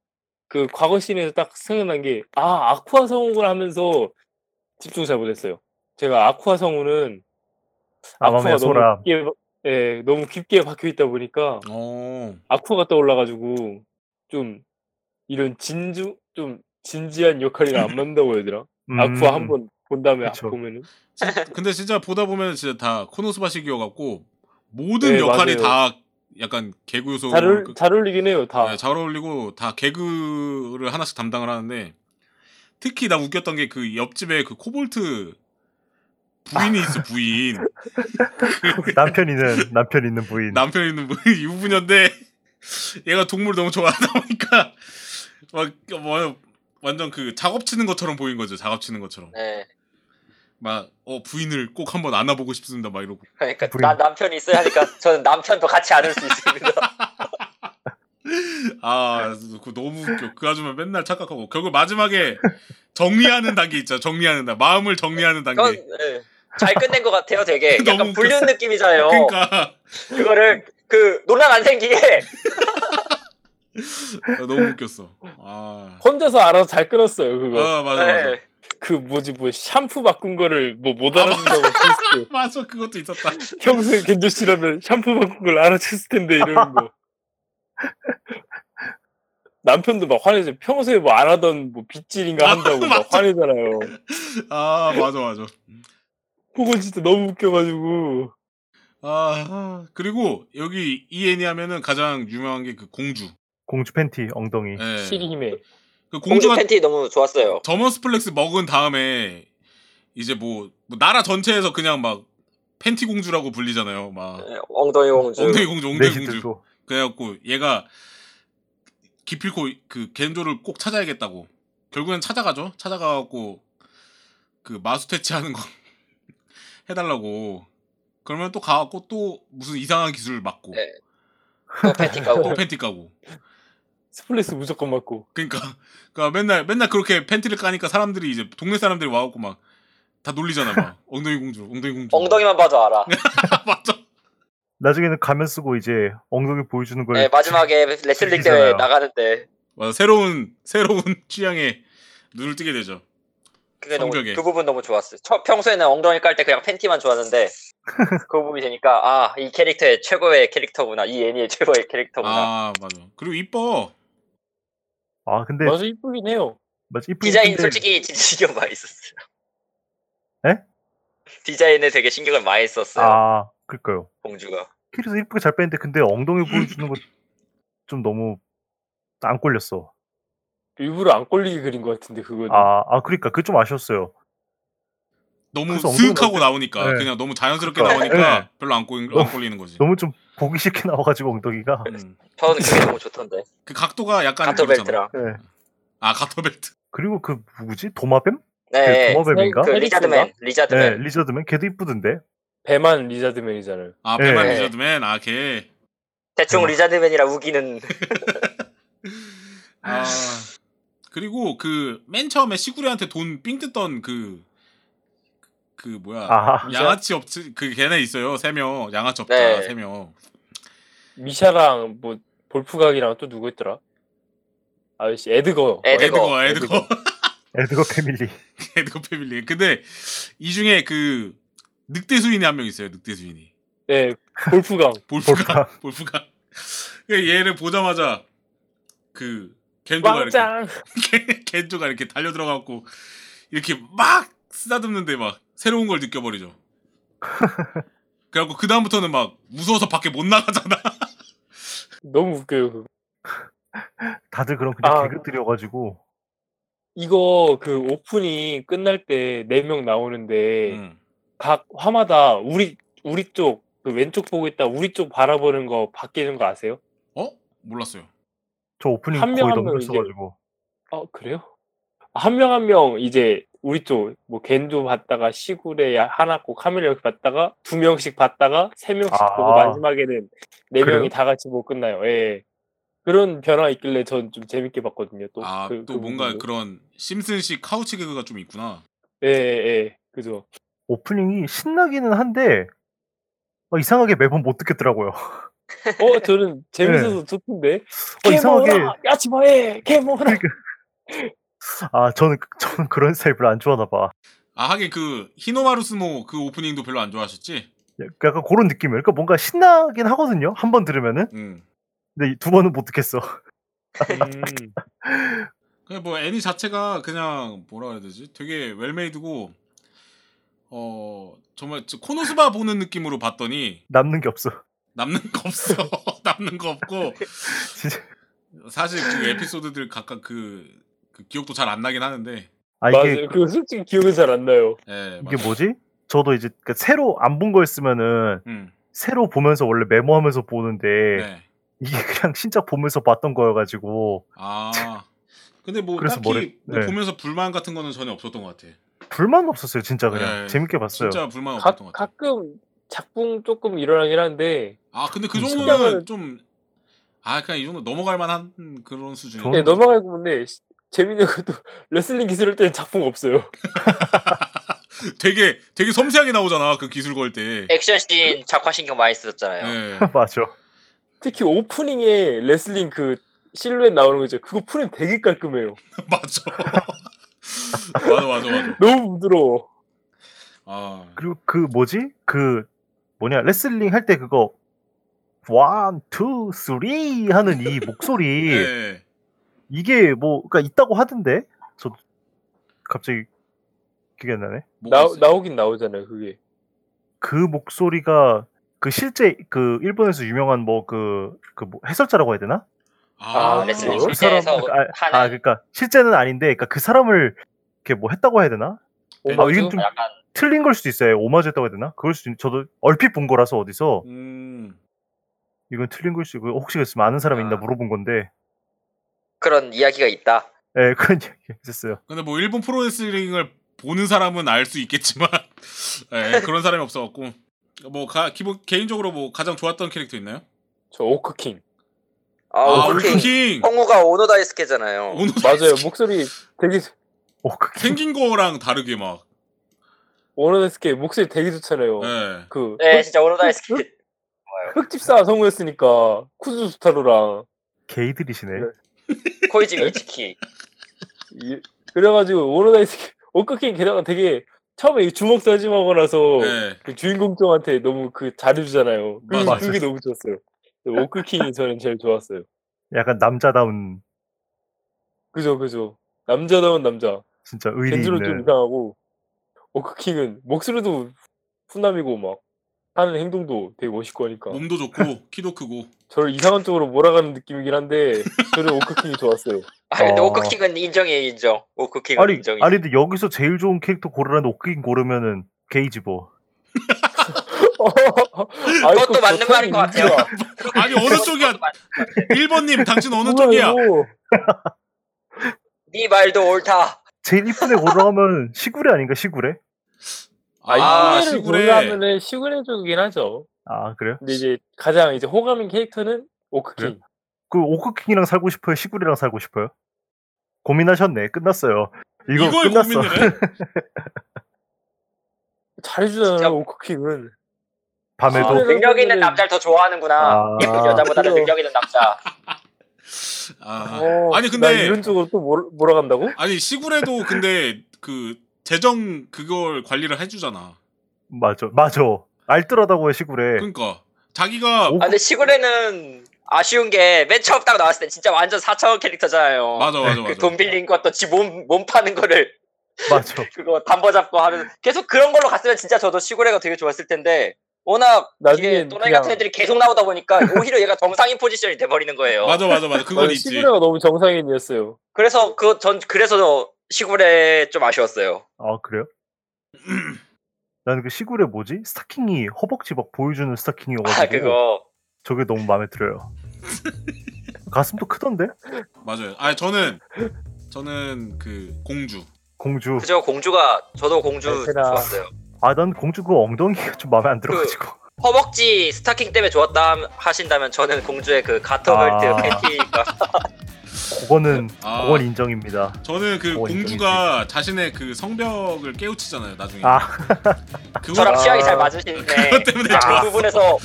그 과거 씬에서 딱 생각난 게, 아, 아쿠아 성우를 하면서 집중 잘 못했어요. 제가 아쿠아 성우는 아마미야 소라. 너무 깊게, 예, 너무 깊게 박혀 있다 보니까 어. 아쿠아가 떠올라가지고 좀 이런 진주, 좀 진지한 역할이랑 안 맞는다고 해야 되나? 음, 아쿠아 한 번 본 다음에 그쵸. 보면은. 근데 진짜 보다 보면 진짜 다 코노스바식이어 갖고 모든 네, 역할이 맞아요. 다 약간 개구 요소 잘, 어울, 잘 어울리긴 해요, 다. 음, 그 네, 잘 어울리고 다 개그를 하나씩 담당을 하는데 특히 나 웃겼던 게 그 옆집에 그 코볼트 부인이 있어 부인 남편 있는 남편 있는 부인. 남편 이 있는 부인 유부녀인데 얘가 동물 너무 좋아하다 보니까 막 뭐, 완전 그 작업 치는 것처럼 보인 거죠 작업 치는 것처럼 네. 막 어 부인을 꼭 한번 안아보고 싶습니다 막 이러고 그러니까 불임. 나 남편이 있어야 하니까 저는 남편도 같이 안을 수 있습니다. 아 그거 너무 웃겨 그 아줌마 맨날 착각하고 결국 마지막에 정리하는 단계 있죠 정리하는 단계 마음을 정리하는 단계 그건 예. 잘 끝낸 것 같아요 되게. 너무 약간 불륜 웃겼어. 느낌이잖아요. 그러니까 그거를 그 논란 안 생기게 아, 너무 웃겼어. 아, 혼자서 알아서 잘 끊었어요 그거 아 맞아 맞아. 네. 그 뭐지 뭐 샴푸 바꾼 거를 뭐 못 알아준다고 그랬을 때 맞아 그것도 있었다. 평소에 견조 씨라면 샴푸 바꾼 걸 알아챘을 텐데 이러는 거 남편도 막 화내서 평소에 뭐 안 하던 뭐 빗질인가 한다고 막 맞아. 화내잖아요 아 맞아 맞아. 혹은 진짜 너무 웃겨가지고 아 그리고 여기 이 애니하면은 가장 유명한 게 그 공주. 공주 팬티 네, 엉덩이. 예. 시리히메 그 공주 공주가 팬티 너무 좋았어요. 저머스플렉스 먹은 다음에 이제 뭐, 뭐 나라 전체에서 그냥 막 팬티 공주라고 불리잖아요. 막 예, 엉덩이 공주. 엉덩이 네, 공주, 엉덩이 공주. 내시들도 그래갖고 얘가 기필코 그 겐조를 꼭 찾아야겠다고. 결국엔 찾아가죠. 찾아가갖고 그 마수 퇴치하는 거 해달라고. 그러면 또 가갖고 또 무슨 이상한 기술을 맞고 네. 또 팬티 까고. 또 팬티 까고. 스플래스 무조건 맞고 그러니까 그러니까 맨날 맨날 그렇게 팬티를 까니까 사람들이 이제 동네 사람들이 와갖고 막 다 놀리잖아 막 엉덩이 공주, 엉덩이 공주. 엉덩이만 봐도 알아. 네. 맞죠. 나중에는 가면 쓰고 이제 엉덩이 보여주는 걸. 네, 마지막에 레슬링 대회 즐기잖아요. 나가는데 맞아. 새로운 새로운 취향에 눈을 뜨게 되죠. 그게 너무 성벽에. 그 부분 너무 좋았어요. 처- 평소에는 엉덩이 깔 때 그냥 팬티만 좋았는데 그 부분이 되니까 아 이 캐릭터의 최고의 캐릭터구나 이 애니의 최고의 캐릭터구나. 아 맞아. 그리고 이뻐. 아 근데 맞아 이쁘긴 해요 맞아 이쁘긴 뭐, 디자인 한데 솔직히 진짜 신경 많이 썼어요. 에? 디자인에 되게 신경을 많이 썼어요. 네? 아 그럴까요? 공주가. 키에서 이쁘게 잘 뺐는데 근데 엉덩이 보여주는 거 좀 너무 안 꼴렸어. 일부러 안 꼴리게 그린 것 같은데 그거는 아, 아 그러니까 그 좀 아쉬웠어요. 너무 그래서 엉뚱한 슥 하고 나오니까 네. 그냥 너무 자연스럽게 그러니까. 나오니까 네. 별로 안, 꼬인, 너무- 안 꼴리는 거지. 너무 좀 보기 싫게 나와가지고 엉덩이가 음. 저는 그게 너무 좋던데. 그 각도가 약간 그렇잖아. 가터벨트랑. 예. 아 가터벨트. 그리고 그 누구지 도마뱀? 그 네. 도마뱀인가? 그 리자드맨, 네, 리자드맨. 리저드맨 걔도 이쁘던데. 배만 리자드맨이잖아요. 아 배만 네. 리저드맨 아 걔. 대충 리자드맨이라 우기는 아 그리고 그 맨 처음에 시구리한테 돈 삥 뜯던 그 그 뭐야 아, 양아치 업체 그 걔네 있어요 세 명 양아치 업자 네. 세명 미샤랑 뭐 볼프각이랑 또 누구였더라? 아저씨 에드거. 에드- 에드거 에드거, 에드거 에드거 패밀리. 에드거 패밀리 근데 이 중에 그 늑대 수인이 한 명 있어요 늑대 수인이 네 볼프각. 볼프가 볼프가 그러니까 얘를 보자마자 그 겐조가 이렇게 왕짱. 개- 겐조가 이렇게 달려 들어가고 이렇게 막 쓰다듬는데 막 새로운 걸 느껴버리죠. 그래갖고 그 다음부터는 막 무서워서 밖에 못 나가잖아. 너무 웃겨요. 그거. 다들 그런 그냥 아. 개그들이어가지고 이거 그 오프닝 끝날 때 네 명 나오는데 응. 각 화마다 우리 우리 쪽 그 왼쪽 보고 있다 우리 쪽 바라보는 거 바뀌는 거 아세요? 어? 몰랐어요. 저 오프닝 한 거의 명, 한명 너무 이제- 써가지고 어 그래요? 한 명 한 명 이제 우리 쪽 뭐 겐조 봤다가 시굴에 하나고 카밀 이렇게 봤다가 두 명씩 봤다가 세 명씩 아. 보고 마지막에는 네 그래요? 명이 다 같이 보고 끝나요. 예. 그런 변화 있길래 전 좀 재밌게 봤거든요. 또 아 또 그- 그 뭔가 부분도. 그런 심슨식 카우치 개그가 좀 있구나. 예, 예, 예. 그죠. 오프닝이 신나기는 한데 막 이상하게 매번 못 듣겠더라고요. 어, 저는 재밌어서 네. 좋던데. 어, 이상하게- 그러니까. 개모라! 예, 야치마에 개모라. 아 저는 저는 그런 스타일을 안 좋아하나 봐. 아 하긴 그 히노마루스모 그 오프닝도 별로 안 좋아하셨지? 약간 그런 느낌이에요. 그러니까 뭔가 신나긴 하거든요. 한 번 들으면은 응. 근데 이두 번은 못 듣겠어. 음. 그냥 뭐 애니 자체가 그냥 뭐라 해야 되지? 되게 웰메이드고 어 정말 저 코노스바 보는 느낌으로 봤더니 남는 게 없어. 남는 거 없어. 남는 거 없고 진짜. 사실 그 에피소드들 각각 그, 그 기억도 잘 안 나긴 하는데. 아 이게 맞아요. 그 솔직히 기억은 잘 안 나요. 예, 이게 맞아요. 뭐지? 저도 이제 그러니까 새로 안 본 거였으면은 음, 새로 보면서 원래 메모하면서 보는데 네. 이게 그냥 진짜 보면서 봤던 거여가지고 아. 근데 뭐 그래서 딱히 뭐래- 뭐 네. 보면서 불만 같은 거는 전혀 없었던 것 같아. 불만 없었어요 진짜 그냥 네, 재밌게 봤어요 진짜 불만 가, 없었던 것 같아. 가끔 작품 조금 일어나긴 한데 아, 근데 그 음, 정도는 성향은- 좀 아, 그냥 이 정도 넘어갈 만한 그런 수준. 저- 예, 넘어가고 근데 시- 재밌는 것도 레슬링 기술할 때는 작품 없어요. 되게 되게 섬세하게 나오잖아. 그 기술 걸 때. 네. 액션 씬 작화 신경 많이 썼잖아요. 예. 맞아 특히 오프닝에 레슬링 그 실루엣 나오는 거 있죠. 그거 프레임 되게 깔끔해요. 맞아. 맞아, 맞아, 맞아. 너무 부드러워. 아. 그리고 그 뭐지 그 뭐냐 레슬링 할 때 그거 원, 투, 쓰리 하는 이 목소리 예. 이게 뭐 그러니까 있다고 하던데 저 갑자기 기억이 안 나네 뭐가 나, 있어요? 나오긴 나오잖아요. 그게 그 목소리가 그 실제 그 일본에서 유명한 뭐 그그 뭐 해설자라고 해야 되나 아, 아, 레슬링 그 실제에서 사람- 하는 아, 아, 그러니까 실제는 아닌데 그러니까 그 사람을 이렇게 뭐 했다고 해야 되나? 그렇죠. 아, 오마주? 이건 좀 약간 틀린 걸 수도 있어요. 오마주 했다고 해야 되나? 그럴 수도 있 저도 얼핏 본 거라서 어디서 음. 이건 틀린 걸 수도 있고 혹시 있으면 아는 사람이 있나 아. 물어본 건데 그런 이야기가 있다. 예, 그런 이야기 있었어요. 근데 뭐 일본 프로레슬링을 보는 사람은 알 수 있겠지만 예, 그런 사람이 없어갖고 뭐 가, 기본 개인적으로 뭐 가장 좋았던 캐릭터 있나요? 저 오크킹. 아, 아, 오케이. 오킹 성우가 오노다이스케잖아요. 오늘 맞아요. 목소리 되게 오, 그 생긴 거랑 다르게 막 오너데스케 목소리 되게 좋잖아요. 예. 그 네, 진짜 오노다이스케. 흑집사 성우였으니까 쿠즈스타로랑 게이들이시네. 네. 코이지 미치키. 이- 그래가지고 오로다이스 오크킹 게다가 되게 처음에 이 주먹 다짐하고 나서 예. 그 주인공한테 너무 그 잘해주잖아요. 그래서 맞아요. 그게 너무 좋았어요. 오크킹이 저는 제일 좋았어요. 약간 남자다운 그죠 그죠. 남자다운 남자. 진짜 의리 겐지로 좀 있는 이상하고 오크킹은 목소리도 훈남이고 막 하는 행동도 되게 멋있고 하니까 몸도 좋고 키도 크고 어. 저를 이상한 쪽으로 몰아가는 느낌이긴 한데 저는 오크킹이 좋았어요. 아 근데 아. 오크킥은 인정이에요 인정. 오크킥은 아니 인정이. 아니 근데 여기서 제일 좋은 캐릭터 고르라는데 오킹 고르면은 게이지 뭐. 그것도 맞는 말인 것 같아요. 아니 어느 쪽이야? 1번님 당신 어느 뭐야 쪽이야? 이거? 네 말도 옳다. 제일 이쁜애 고르라면 시구레 아닌가 시구레? 아, 시구레를 시구레. 골라면은 시구레 쪽이긴 하죠. 아 그래요? 근데 이제 가장 이제 호감인 캐릭터는 오크키. 그 오크킹이랑 살고 싶어요? 시구레랑 살고 싶어요? 고민하셨네. 끝났어요. 이거 이걸 끝났어. 고민을 해? 진짜. 잘해주잖아요 오크킥은. 밤에도 아, 능력 있는 남자를 더 좋아하는구나. 아. 예쁜 여자보다는 그래요. 능력 있는 남자. 아, 어, 아니, 나 근데- 이런 쪽으로 또 몰- 몰아간다고? 아니 시구레도 근데 그 재정 그걸 관리를 해주잖아. 맞아 맞아 알뜰하다고 해 시구레. 그러니까 자기가 네. 오- 아 근데 시골에는 아쉬운 게 맨 처음 딱 나왔을 때 진짜 완전 4차원 캐릭터잖아요. 맞아 맞아 맞아. 그 돈 빌린 것도 지몸몸 파는 거를 맞아. 그거 담보 잡고 하는 계속 그런 걸로 갔으면 진짜 저도 시골애가 되게 좋았을 텐데 워낙 이게 나중에 또라이 그냥- 같은 애들이 계속 나오다 보니까 오히려 얘가 정상인 포지션이 돼버리는 거예요. 맞아 맞아 맞아. 그건 나는 있지. 시구레가 너무 정상인이었어요. 그래서 그 전 그래서 시골에 좀 아쉬웠어요. 아 그래요? 나는 그 시구레 뭐지? 스타킹이 허벅지 막 보여주는 스타킹이어가지고 아 그거 저게 너무 마음에 들어요. 가슴도 크던데? 맞아요. 아 저는 저는 그 공주. 공주. 그죠 공주가 저도 공주 베테랑. 좋았어요. 아 난 공주 그 엉덩이가 좀 마음에 안 들어가지고. 그 허벅지 스타킹 때문에 좋았다 하신다면 저는 공주의 그 가터벨트 아. 팬티가 그거는 아. 그건 인정입니다. 저는 그 어, 공주가 자신의 그 성벽을 깨우치잖아요. 나중에. 아. 그거 저랑 아. 취향이 잘 맞으시는데 그것 때문에 아, 그 좋았어. 부분에서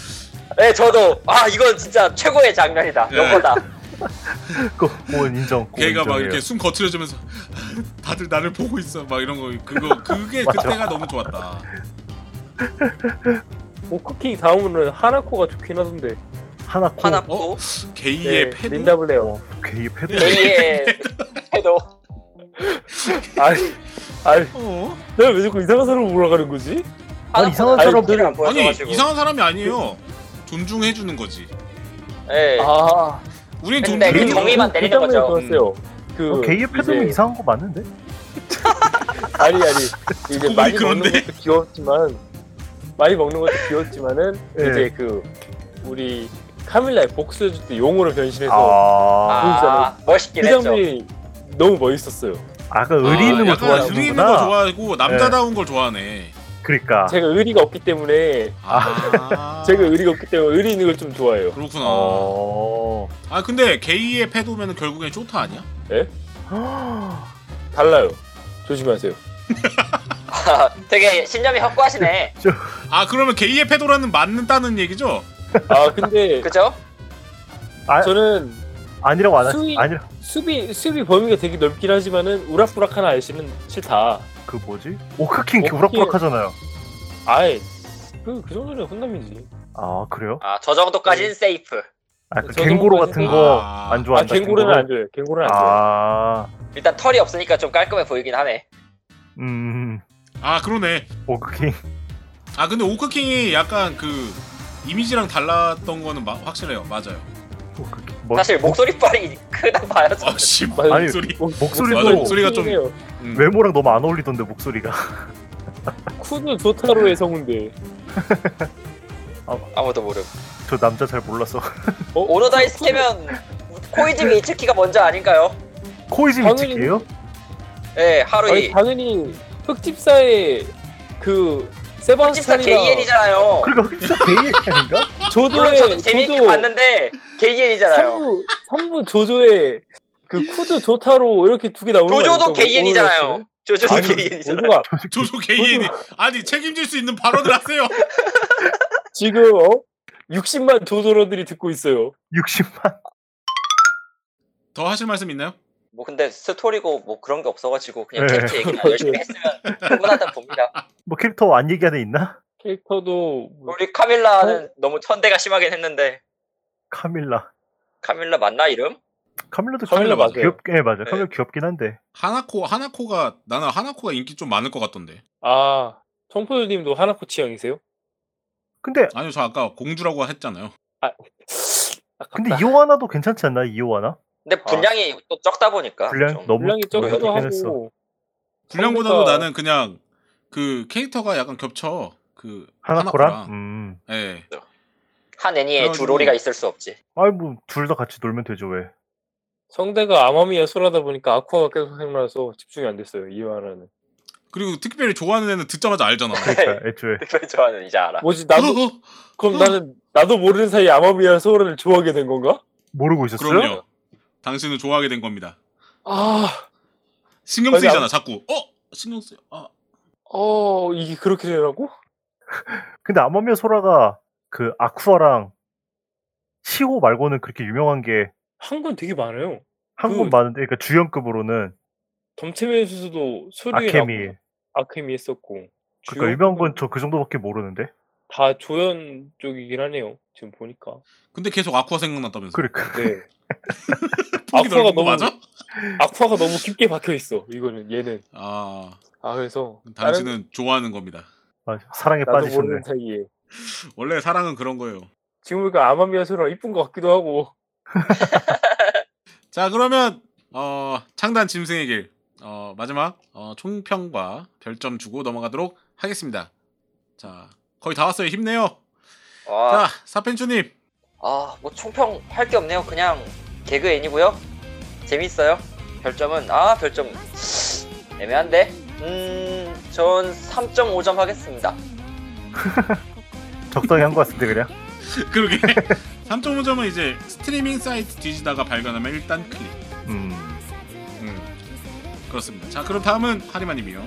네 저도 아 이건 진짜 최고의 장면이다 네. 이거다 그거- 그건 인정. 그건 걔가 막 인정이에요. 이렇게 숨 거칠어지면서 다들 나를 보고 있어 막 이런 거 그거 그게 맞아. 그때가 너무 좋았다. 오크키 다음으로는 하나코가 좋긴 하던데. 네, 하나 코 하나 하나... 보고 게이의 패 패드. 린다 블레어. 게이 패드. 네. A의 해도 아니, 아니, 어? 내가 왜 자꾸 이상한 사람으로 몰아가는 거지? 아니, 이상한 사람 들안 아니 보여가지고 이상한 사람이 아니에요. 존중해 주는 거지. 예 아, 우린 근데 존중해 그 주는 정의만 그 때리는 거죠. 장면이 좋았어요. 그 음. 어, 게이 패드는 이제- 이상한거 맞는데? 아니 아니 이제 소문이 많이 그런데? 먹는 것도 귀엽지만 많이 먹는 것도 귀엽지만은 예. 이제 그 우리 카밀라의 복수해줄 때 용으로 변신해서 아, 아 멋있긴 그 했죠 장면이 너무 멋있었어요. 아까 그 의리 있는 거 약간 의리 있는 거 좋아하시는구나. 좋아하고 남자다운 걸 좋아하네. 그러니까. 제가 의리가 없기 때문에 아 제가 의리가 없기 때문에 의리 있는 걸 좀 좋아해요. 그렇구나. 어. 아 근데 게이의 패도면 결국엔 쇼타 아니야? 달라요. 조심하세요. 아, 되게 신념이 확고하시네 아 그러면 게이의 패도라는 맞는다는 얘기죠? 아 근데 그죠 아, 저는 아니라고 안 하시. 수위- 아니라 수비 수비 범위가 되게 넓긴 하지만은 우락부락한 아저씨는 싫다. 그 뭐지? 오크킹 오크킹. 우락부락하잖아요. 아예 그그 정도는 혼남이지. 아 그래요? 아 저 정도까지는 세이프 아, 그 저 갱고로 정도까지 같은 거 생각- 안 아 좋아한다. 갱고래는 안 줘요. 갱고래는 안 줘요. 아, 일단 털이 없으니까 좀 깔끔해 보이긴 하네 음, 아 그러네. 오크킹. 아 근데 오크킹이 약간 그 이미지랑 달랐던 거는 마- 확실해요. 맞아요. 오크킹. 뭐, 사실 목소리빨이 크다 봐요 저는. 아씨 맞아요. 목소리. 목- 목소리도- 목소리 목소리가 좀- 쿨해요. 음. 외모랑 너무 안 어울리던데 목소리가. 쿠드 조타로의 성운데 네. 아무도 모름 저 남자 잘 몰라서. 오노다이 스케면 코이즈미 이츠키가 먼저 아닌가요 코이즈 당연히- 미치기예요? 예 아니, 하루이 당연히 흑집사의 그 집사 세바스찬이나 게이엔이잖아요 그러니까 흑사 베이인가? 물론 조조의 저도 재미있게 조조 봤는데 게이엔이잖아요 삼부 삼부 조조의 그 쿠드 조타로 이렇게 두 개 나오는 거 조조도 아닙니까? 게이엔이잖아요 조조도 아니, 게이엔이잖아요 조조가 조조 게이엔이 아니 책임질 수 있는 발언을 하세요. 지금 어? 60만 조조러들이 듣고 있어요. 60만. 더 하실 말씀 있나요? 뭐 근데 스토리고 뭐 그런 게 없어가지고 그냥 네. 캐릭터 얘기나 열심히 했으면 충분하다 봅니다. 뭐 캐릭터 안 얘기하는 애 있나? 캐릭터도 뭐- 우리 카밀라는 어? 너무 천대가 심하긴 했는데 카밀라. 카밀라 맞나 이름? 카밀라도 카밀라 귀엽- 맞아요. 귀엽, 예 맞아. 네. 카밀라 귀엽긴 한데. 하나코 하나코가 나는 하나코가 인기 좀 많을 것 같던데. 아 청포도님도 하나코 취향이세요? 근데 아니요 저 아까 공주라고 했잖아요. 근데 이오하나도 괜찮지 않나? 이오하나? 근데 분량이 또 적다 보니까 아. 분량 좀 너무 아, 그렇죠. 분량이 적기도 적긴 하고 했어. 분량보다도 상대가- 나는 그냥 그 캐릭터가 약간 겹쳐. 그 하나코랑. 하나코랑. 음. 예. 한 애니에 그래가지고- 두 로리가 있을 수 없지. 아이 뭐둘 다 같이 놀면 되죠 왜? 성대가 아마미야 소라다 보니까 아쿠아가 계속 생각나서 집중이 안 됐어요 이 화라는 그리고 특별히 좋아하는 애는 듣자마자 알잖아. 네. 그러니까 애초에 특별 좋아하는 이제 알아. 뭐지 나도 어, 어, 그럼 나는 나도 모르는 사이 에 아마미야 소라를 좋아하게 된 건가? 모르고 있었어요? 그럼요. 당신은 좋아하게 된 겁니다. 아, 신경 아니, 쓰이잖아 아- 자꾸. 어 신경 쓰여. 아 어 이게 그렇게 되라고? 근데 아마미야 소라가 그 아쿠아랑 시호 말고는 그렇게 유명한 게 한 건 되게 많아요. 한국 그- 많은데 그러니까 주연급으로는 덤체맨 수수도 소리에 아케미 아케미 했었고 그러니까 유명한 건 저 그 정도밖에 모르는데 다 조연 쪽이긴 하네요. 지금 보니까. 근데 계속 아쿠아 생각났다면서. 그러니까 네. 폭이 아쿠아가 넓은 거 너무 맞아? 악화가 너무 깊게 박혀 있어. 이거는 얘는. 아 아 그래서 당신은 좋아하는 겁니다. 맞아. 사랑에 다른, 나도 빠지셨네 모르는 사이에 원래 사랑은 그런 거예요. 지금 보니까 아마미야 소라 이쁜 것 같기도 하고 자 그러면 어, 창단 짐승의 길 어, 마지막 어, 총평과 별점 주고 넘어가도록 하겠습니다. 자 거의 다 왔어요. 힘내요. 아, 자 사펜추님 아, 뭐 총평 할 게 없네요. 그냥 개그 애니고요. 재밌어요. 별점은 아, 별점 애매한데. 음, 전 3.5점 하겠습니다. 적당히 한 것 같은데 그냥 그러게 3.5점은 이제 스트리밍 사이트 뒤지다가 발견하면 일단 클릭. 음. 음, 그렇습니다. 자 그럼 다음은 하리마님이요.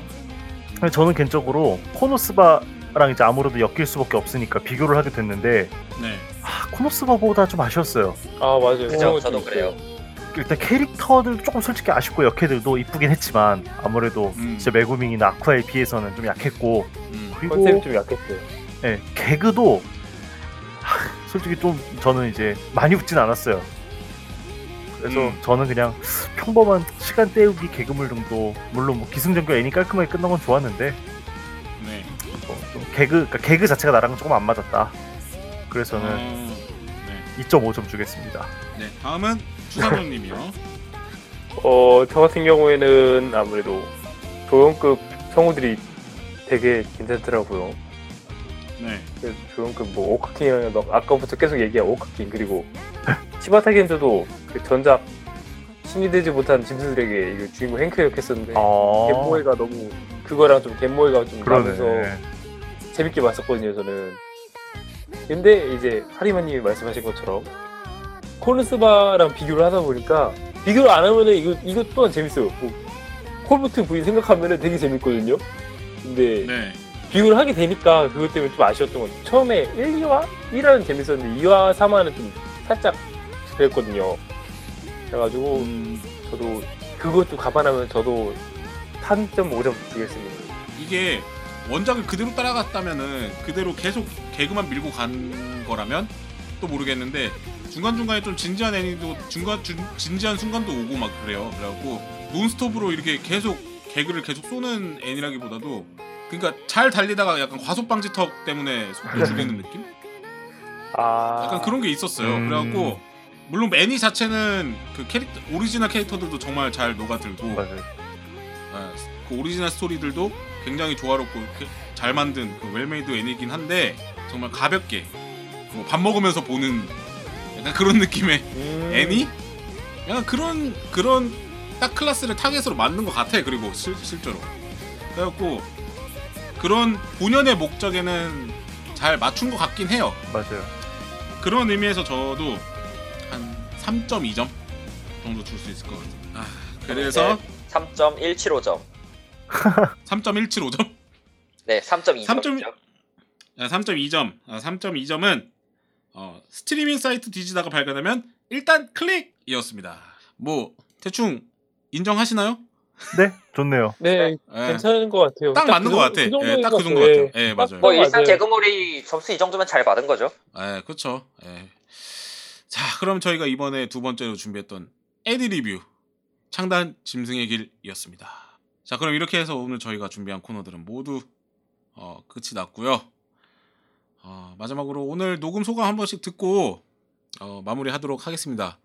근데 저는 개인적으로 코노스바랑 이제 아무래도 엮일 수밖에 없으니까 비교를 하게 됐는데 네. 아, 코노스바보다 좀 아쉬웠어요 아 맞아요 그죠? 그런 것도 저도 있어요. 그래요. 일단 캐릭터들 조금 솔직히 아쉽고 역캐들도 이쁘긴 했지만 아무래도 음. 진짜 메구밍이나 아쿠아에 비해서는 좀 약했고 음. 그리고 컨셉이 좀 약했어요 예, 개그도 하, 솔직히 좀 저는 이제 많이 웃진 않았어요. 그래서 음. 저는 그냥 평범한 시간 때우기 개그물 정도 물론 뭐 기승전결 애니 깔끔하게 끝난 건 좋았는데 네. 어, 좀 개그 그러니까 개그 자체가 나랑 조금 안 맞았다. 그래서는 어, 음. 2.5점 주겠습니다. 네. 다음은 추상훈님이요. 어저 같은 경우에는 아무래도 조연급 성우들이 되게 괜찮더라고요 네. 그래서 조연급 뭐 오카킹이랑 막 아까부터 계속 얘기한 오카킹 그리고 치바타 겐조도 그 전작 신이 되지 못한 짐승들에게 이거 주인공 행크 역했었는데 어, 갯모이가 너무 그거랑 좀 갯모이가 좀 나면서 그러네. 재밌게 봤었거든요 저는 근데 이제 하리마님이 말씀하신 것처럼 코르스바랑 비교를 하다 보니까 비교를 안 하면은 이거 이거 또한 재밌어요 뭐, 콜보트 부인 생각하면은 되게 재밌거든요 근데 네. 비교를 하게 되니까 그것 때문에 좀 아쉬웠던 건 처음에 1, 2화? 1화는 재밌었는데 2화, 3화는 좀 살짝 그랬거든요 그래가지고 음, 저도 그것도 감안하면 저도 3.5점 주겠습니다 이게 원작을 그대로 따라갔다면은 그대로 계속 개그만 밀고 간 거라면 또 모르겠는데 중간 중간에 좀 진지한 애니도 중간 중, 진지한 순간도 오고 막 그래요. 그래갖고 논스톱으로 이렇게 계속 개그를 계속 쏘는 애니라기보다도 그러니까 잘 달리다가 약간 과속 방지턱 때문에 속도 줄이는 느낌? 아 약간 그런 게 있었어요. 음. 그래갖고 물론 애니 자체는 그 캐릭터 오리지널 캐릭터들도 정말 잘 녹아들고 맞아요. 예, 그 오리지널 스토리들도 굉장히 조화롭고 이렇게 잘 만든 그 웰메이드 애니긴 한데 정말 가볍게 뭐밥 먹으면서 보는 약간 그런 느낌의 음. 애니? 약간 그런 그런 딱 클래스를 타겟으로 만든 것 같아. 그리고 실, 실제로 그래갖고 그런 본연의 목적에는 잘 맞춘 것 같긴 해요. 맞아요. 그런 의미에서 저도 한 3.2점 정도 줄 수 있을 것 같아요. 아, 그래서 네, 3.175점. 3.175점? 네, 3.2점. 3.1 아, 3.2점. 아, 3.2점은 어, 스트리밍 사이트 뒤지다가 발견하면 일단 클릭이었습니다. 뭐 대충 인정하시나요? 네, 좋네요. 예. 네, 괜찮은 것 같아요. 딱 맞는 것 그 같아. 정도- 예, 딱 그 정도인 정도 것 같아요. 같아요. 예, 딱 맞아요. 뭐 일상 네, 맞아요. 개그물이 점수 이 정도면 잘 받은 거죠. 예, 그렇죠. 예. 자, 그럼 저희가 이번에 두 번째로 준비했던 애니 리뷰 창단 짐승의 길이었습니다. 자, 그럼 이렇게 해서 오늘 저희가 준비한 코너들은 모두 어, 끝이 났고요. 어, 마지막으로 오늘 녹음 소감 한 번씩 듣고 어, 마무리하도록 하겠습니다.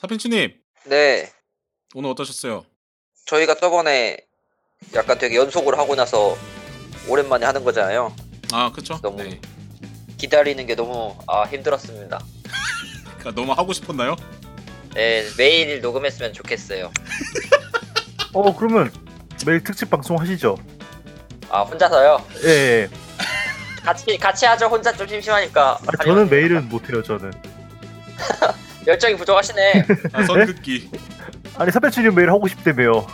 사펜추님, 네, 오늘 어떠셨어요? 저희가 저번에 약간 되게 연속으로 하고 나서 오랜만에 하는 거잖아요. 아 그쵸? 너무- 네. 기다리는 게 너무 아 힘들었습니다. 그러니까 너무 하고 싶었나요? 네, 매일 녹음했으면 좋겠어요. 어 그러면 매일 특집 방송 하시죠. 아 혼자서요? 예. 예. 같이 같이 하죠. 혼자 좀 심심하니까. 아, 저는 매일은 못해요 저는. 열정이 부족하시네. 아, 선긋기 아니 사배추님 매일 하고 싶다며요.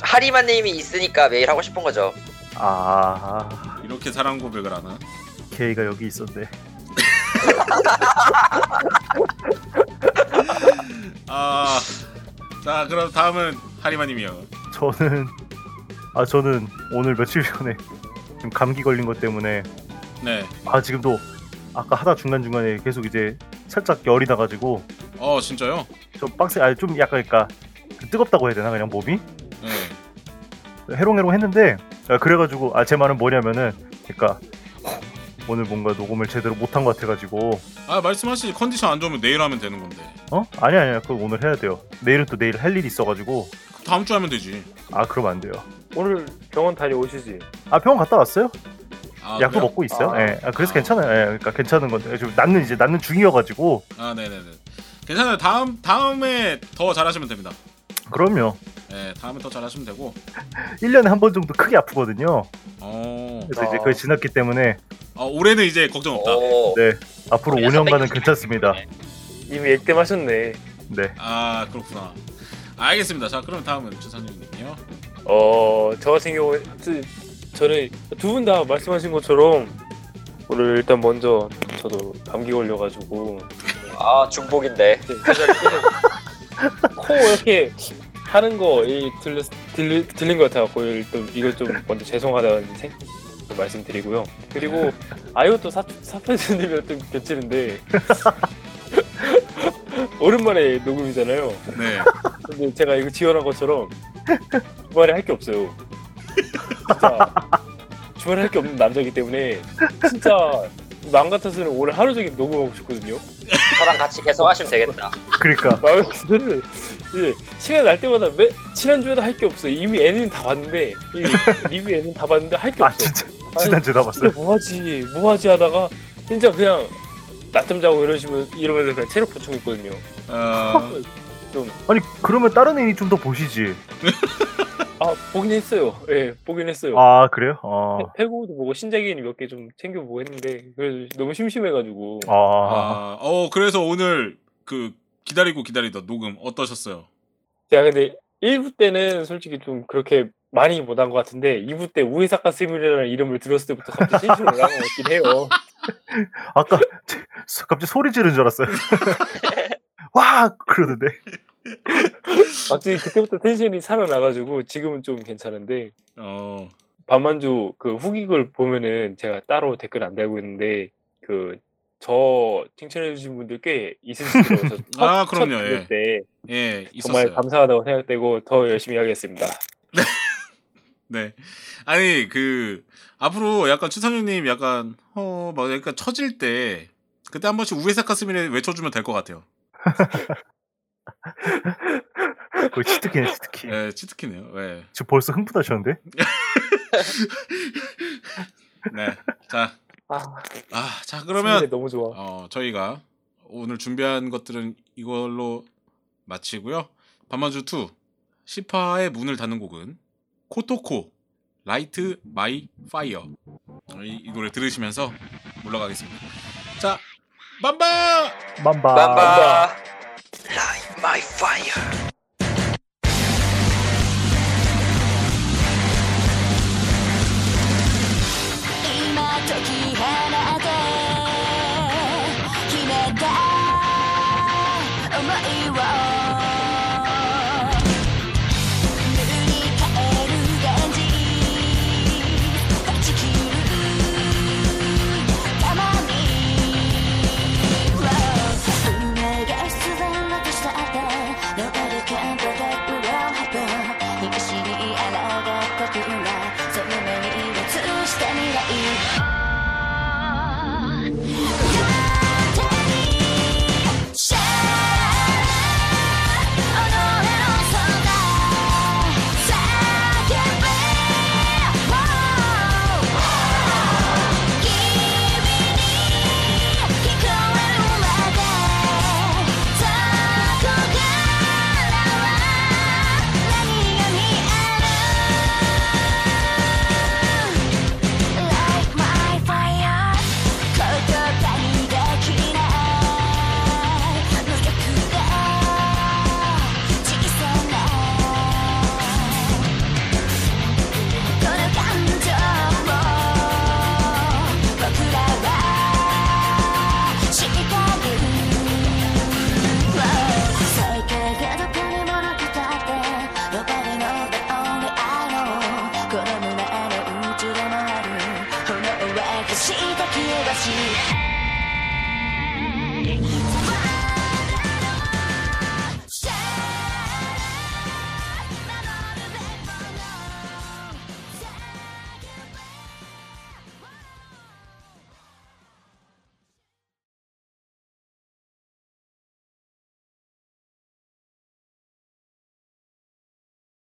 하리마님이 있으니까 매일 하고 싶은 거죠. 아 이렇게 사랑 고백을 하나? 게이가 여기 있었네. 아, 자 그럼 다음은 하리마님이요. 저는 아 저는 오늘 며칠 전에 지금 감기 걸린 것 때문에 네. 아 지금도 아까 하다 중간 중간에 계속 이제 살짝 열이 나가지고 어 진짜요? 좀 빡세 아니 좀 약간 그러니까 그 뜨겁다고 해야 되나 그냥 몸이 네. 해롱해롱 했는데 아, 그래가지고 아 제 말은 뭐냐면은 그러니까 오늘 뭔가 녹음을 제대로 못한 것 같아가지고 아 말씀하시지 컨디션 안 좋으면 내일 하면 되는 건데. 어 아니 아니야 그거 오늘 해야 돼요 내일은 또 내일 할 일이 있어가지고 그럼 다음 주에 하면 되지. 아 그럼 안 돼요 오늘 병원 다녀오시지. 아 병원 갔다 왔어요 아, 약도 그래요? 먹고 있어요 아. 예 아, 그래서 아. 괜찮아요 예 그러니까 괜찮은 건데 지금 낫는 이제 낫는 중이어가지고 아 네네네. 괜찮아요. 다음 다음에 더 잘하시면 됩니다. 그럼요 네, 다음에 더 잘하시면 되고. 1년에 한 번 정도 크게 아프거든요 어, 그래서 이제 아. 그게 지났기 때문에 아, 올해는 이제 걱정 없다. 오, 네 앞으로 그래서 5년간은 선배님. 괜찮습니다 이미 액땜하셨네. 네 아 그렇구나. 알겠습니다. 자 그럼 다음은 주사님이요. 어, 저 같은 경우에 저- 저는 두 분 다 말씀하신 것처럼 오늘 일단 먼저 저도 감기 걸려가지고 아 중복인데. 코 이렇게 하는 거 이, 들렸, 들, 들린 것 같아갖고 이걸 좀, 이걸 좀 먼저 죄송하다는 생 말씀드리고요. 그리고 아 이것도 사, 사표님이랑 좀 겹치는데 오랜만에 녹음이잖아요. 네. 근데 제가 이거 지원한 것처럼 주말에 할 게 없어요. 진짜 주말에 할 게 없는 남자이기 때문에 진짜 마음 같아서는 오늘 하루 종일 녹음하고 싶거든요. 저랑 같이 계속 하시면 되겠다. 그러니까 마음 같아서는 이제 시간 날 때마다 매 지난주에도 할 게 없어. 이미 애는 다 봤는데 이 리뷰 애는 다 봤는데 할 게 아 없어. 진짜 지난주에 다 봤어요 진짜 뭐하지 뭐하지 하다가 진짜 그냥 낮잠 자고 이러시면 이러면서 그냥 체력 보충했거든요. 어, 아니 그러면 다른 애니 좀 더 보시지 아 보긴 했어요. 예, 보긴 했어요. 아 그래요? 어. 패- 패고도 보고 신작인 몇 개 좀 챙겨보고 했는데 그래도 너무 심심해가지고 아, 아, 어 그래서 오늘 그 기다리고 기다리다 녹음 어떠셨어요? 제가 근데 1부 때는 솔직히 좀 그렇게 많이 못한 것 같은데 2부 때 우에사카 스미라는 이름을 들었을 때부터 갑자기 심심을 나온 것 같긴 해요 아까 제- 갑자기 소리 지른 줄 알았어요. 와 그러는데 갑자기 그때부터 텐션이 살아나가지고 지금은 좀 괜찮은데 어, 반만주 그 후기글 보면은 제가 따로 댓글 안 달고 있는데 그 저 칭찬해주신 분들 꽤 있으신 것 같아서 첫- 아, 첫 그럼요, 들을 예. 때 예, 있었어요. 정말 감사하다고 생각되고 더 열심히 하겠습니다 네. 아니 그 앞으로 약간 추선유님 약간 어막 약간 처질 때 그때 한 번씩 우에사카 스미를 외쳐주면 될 것 같아요. 그 치트키네 치트키. 예, 치트키네요. 예. 지금 벌써 흥분하셨는데? 네. 자, 아 아, 자 스미레 그러면 너무 좋아 어 저희가 오늘 준비한 것들은 이걸로 마치고요. 밤만주 2 시파의 문을 닫는 곡은 코토코 라이트 마이 파이어 이, 이 노래 들으시면서 물러가겠습니다. 자, 빰밤! 맘바. 아, 빰빠. Light my fire. 「今解き放て」「決めた想いを」「塗り替える現実」「断ち切るたまに」「運命が必然だとしたって」「Nobody can protect what happen」「憎しに抗った君はその目に映した未来」「勝手にシャーいつ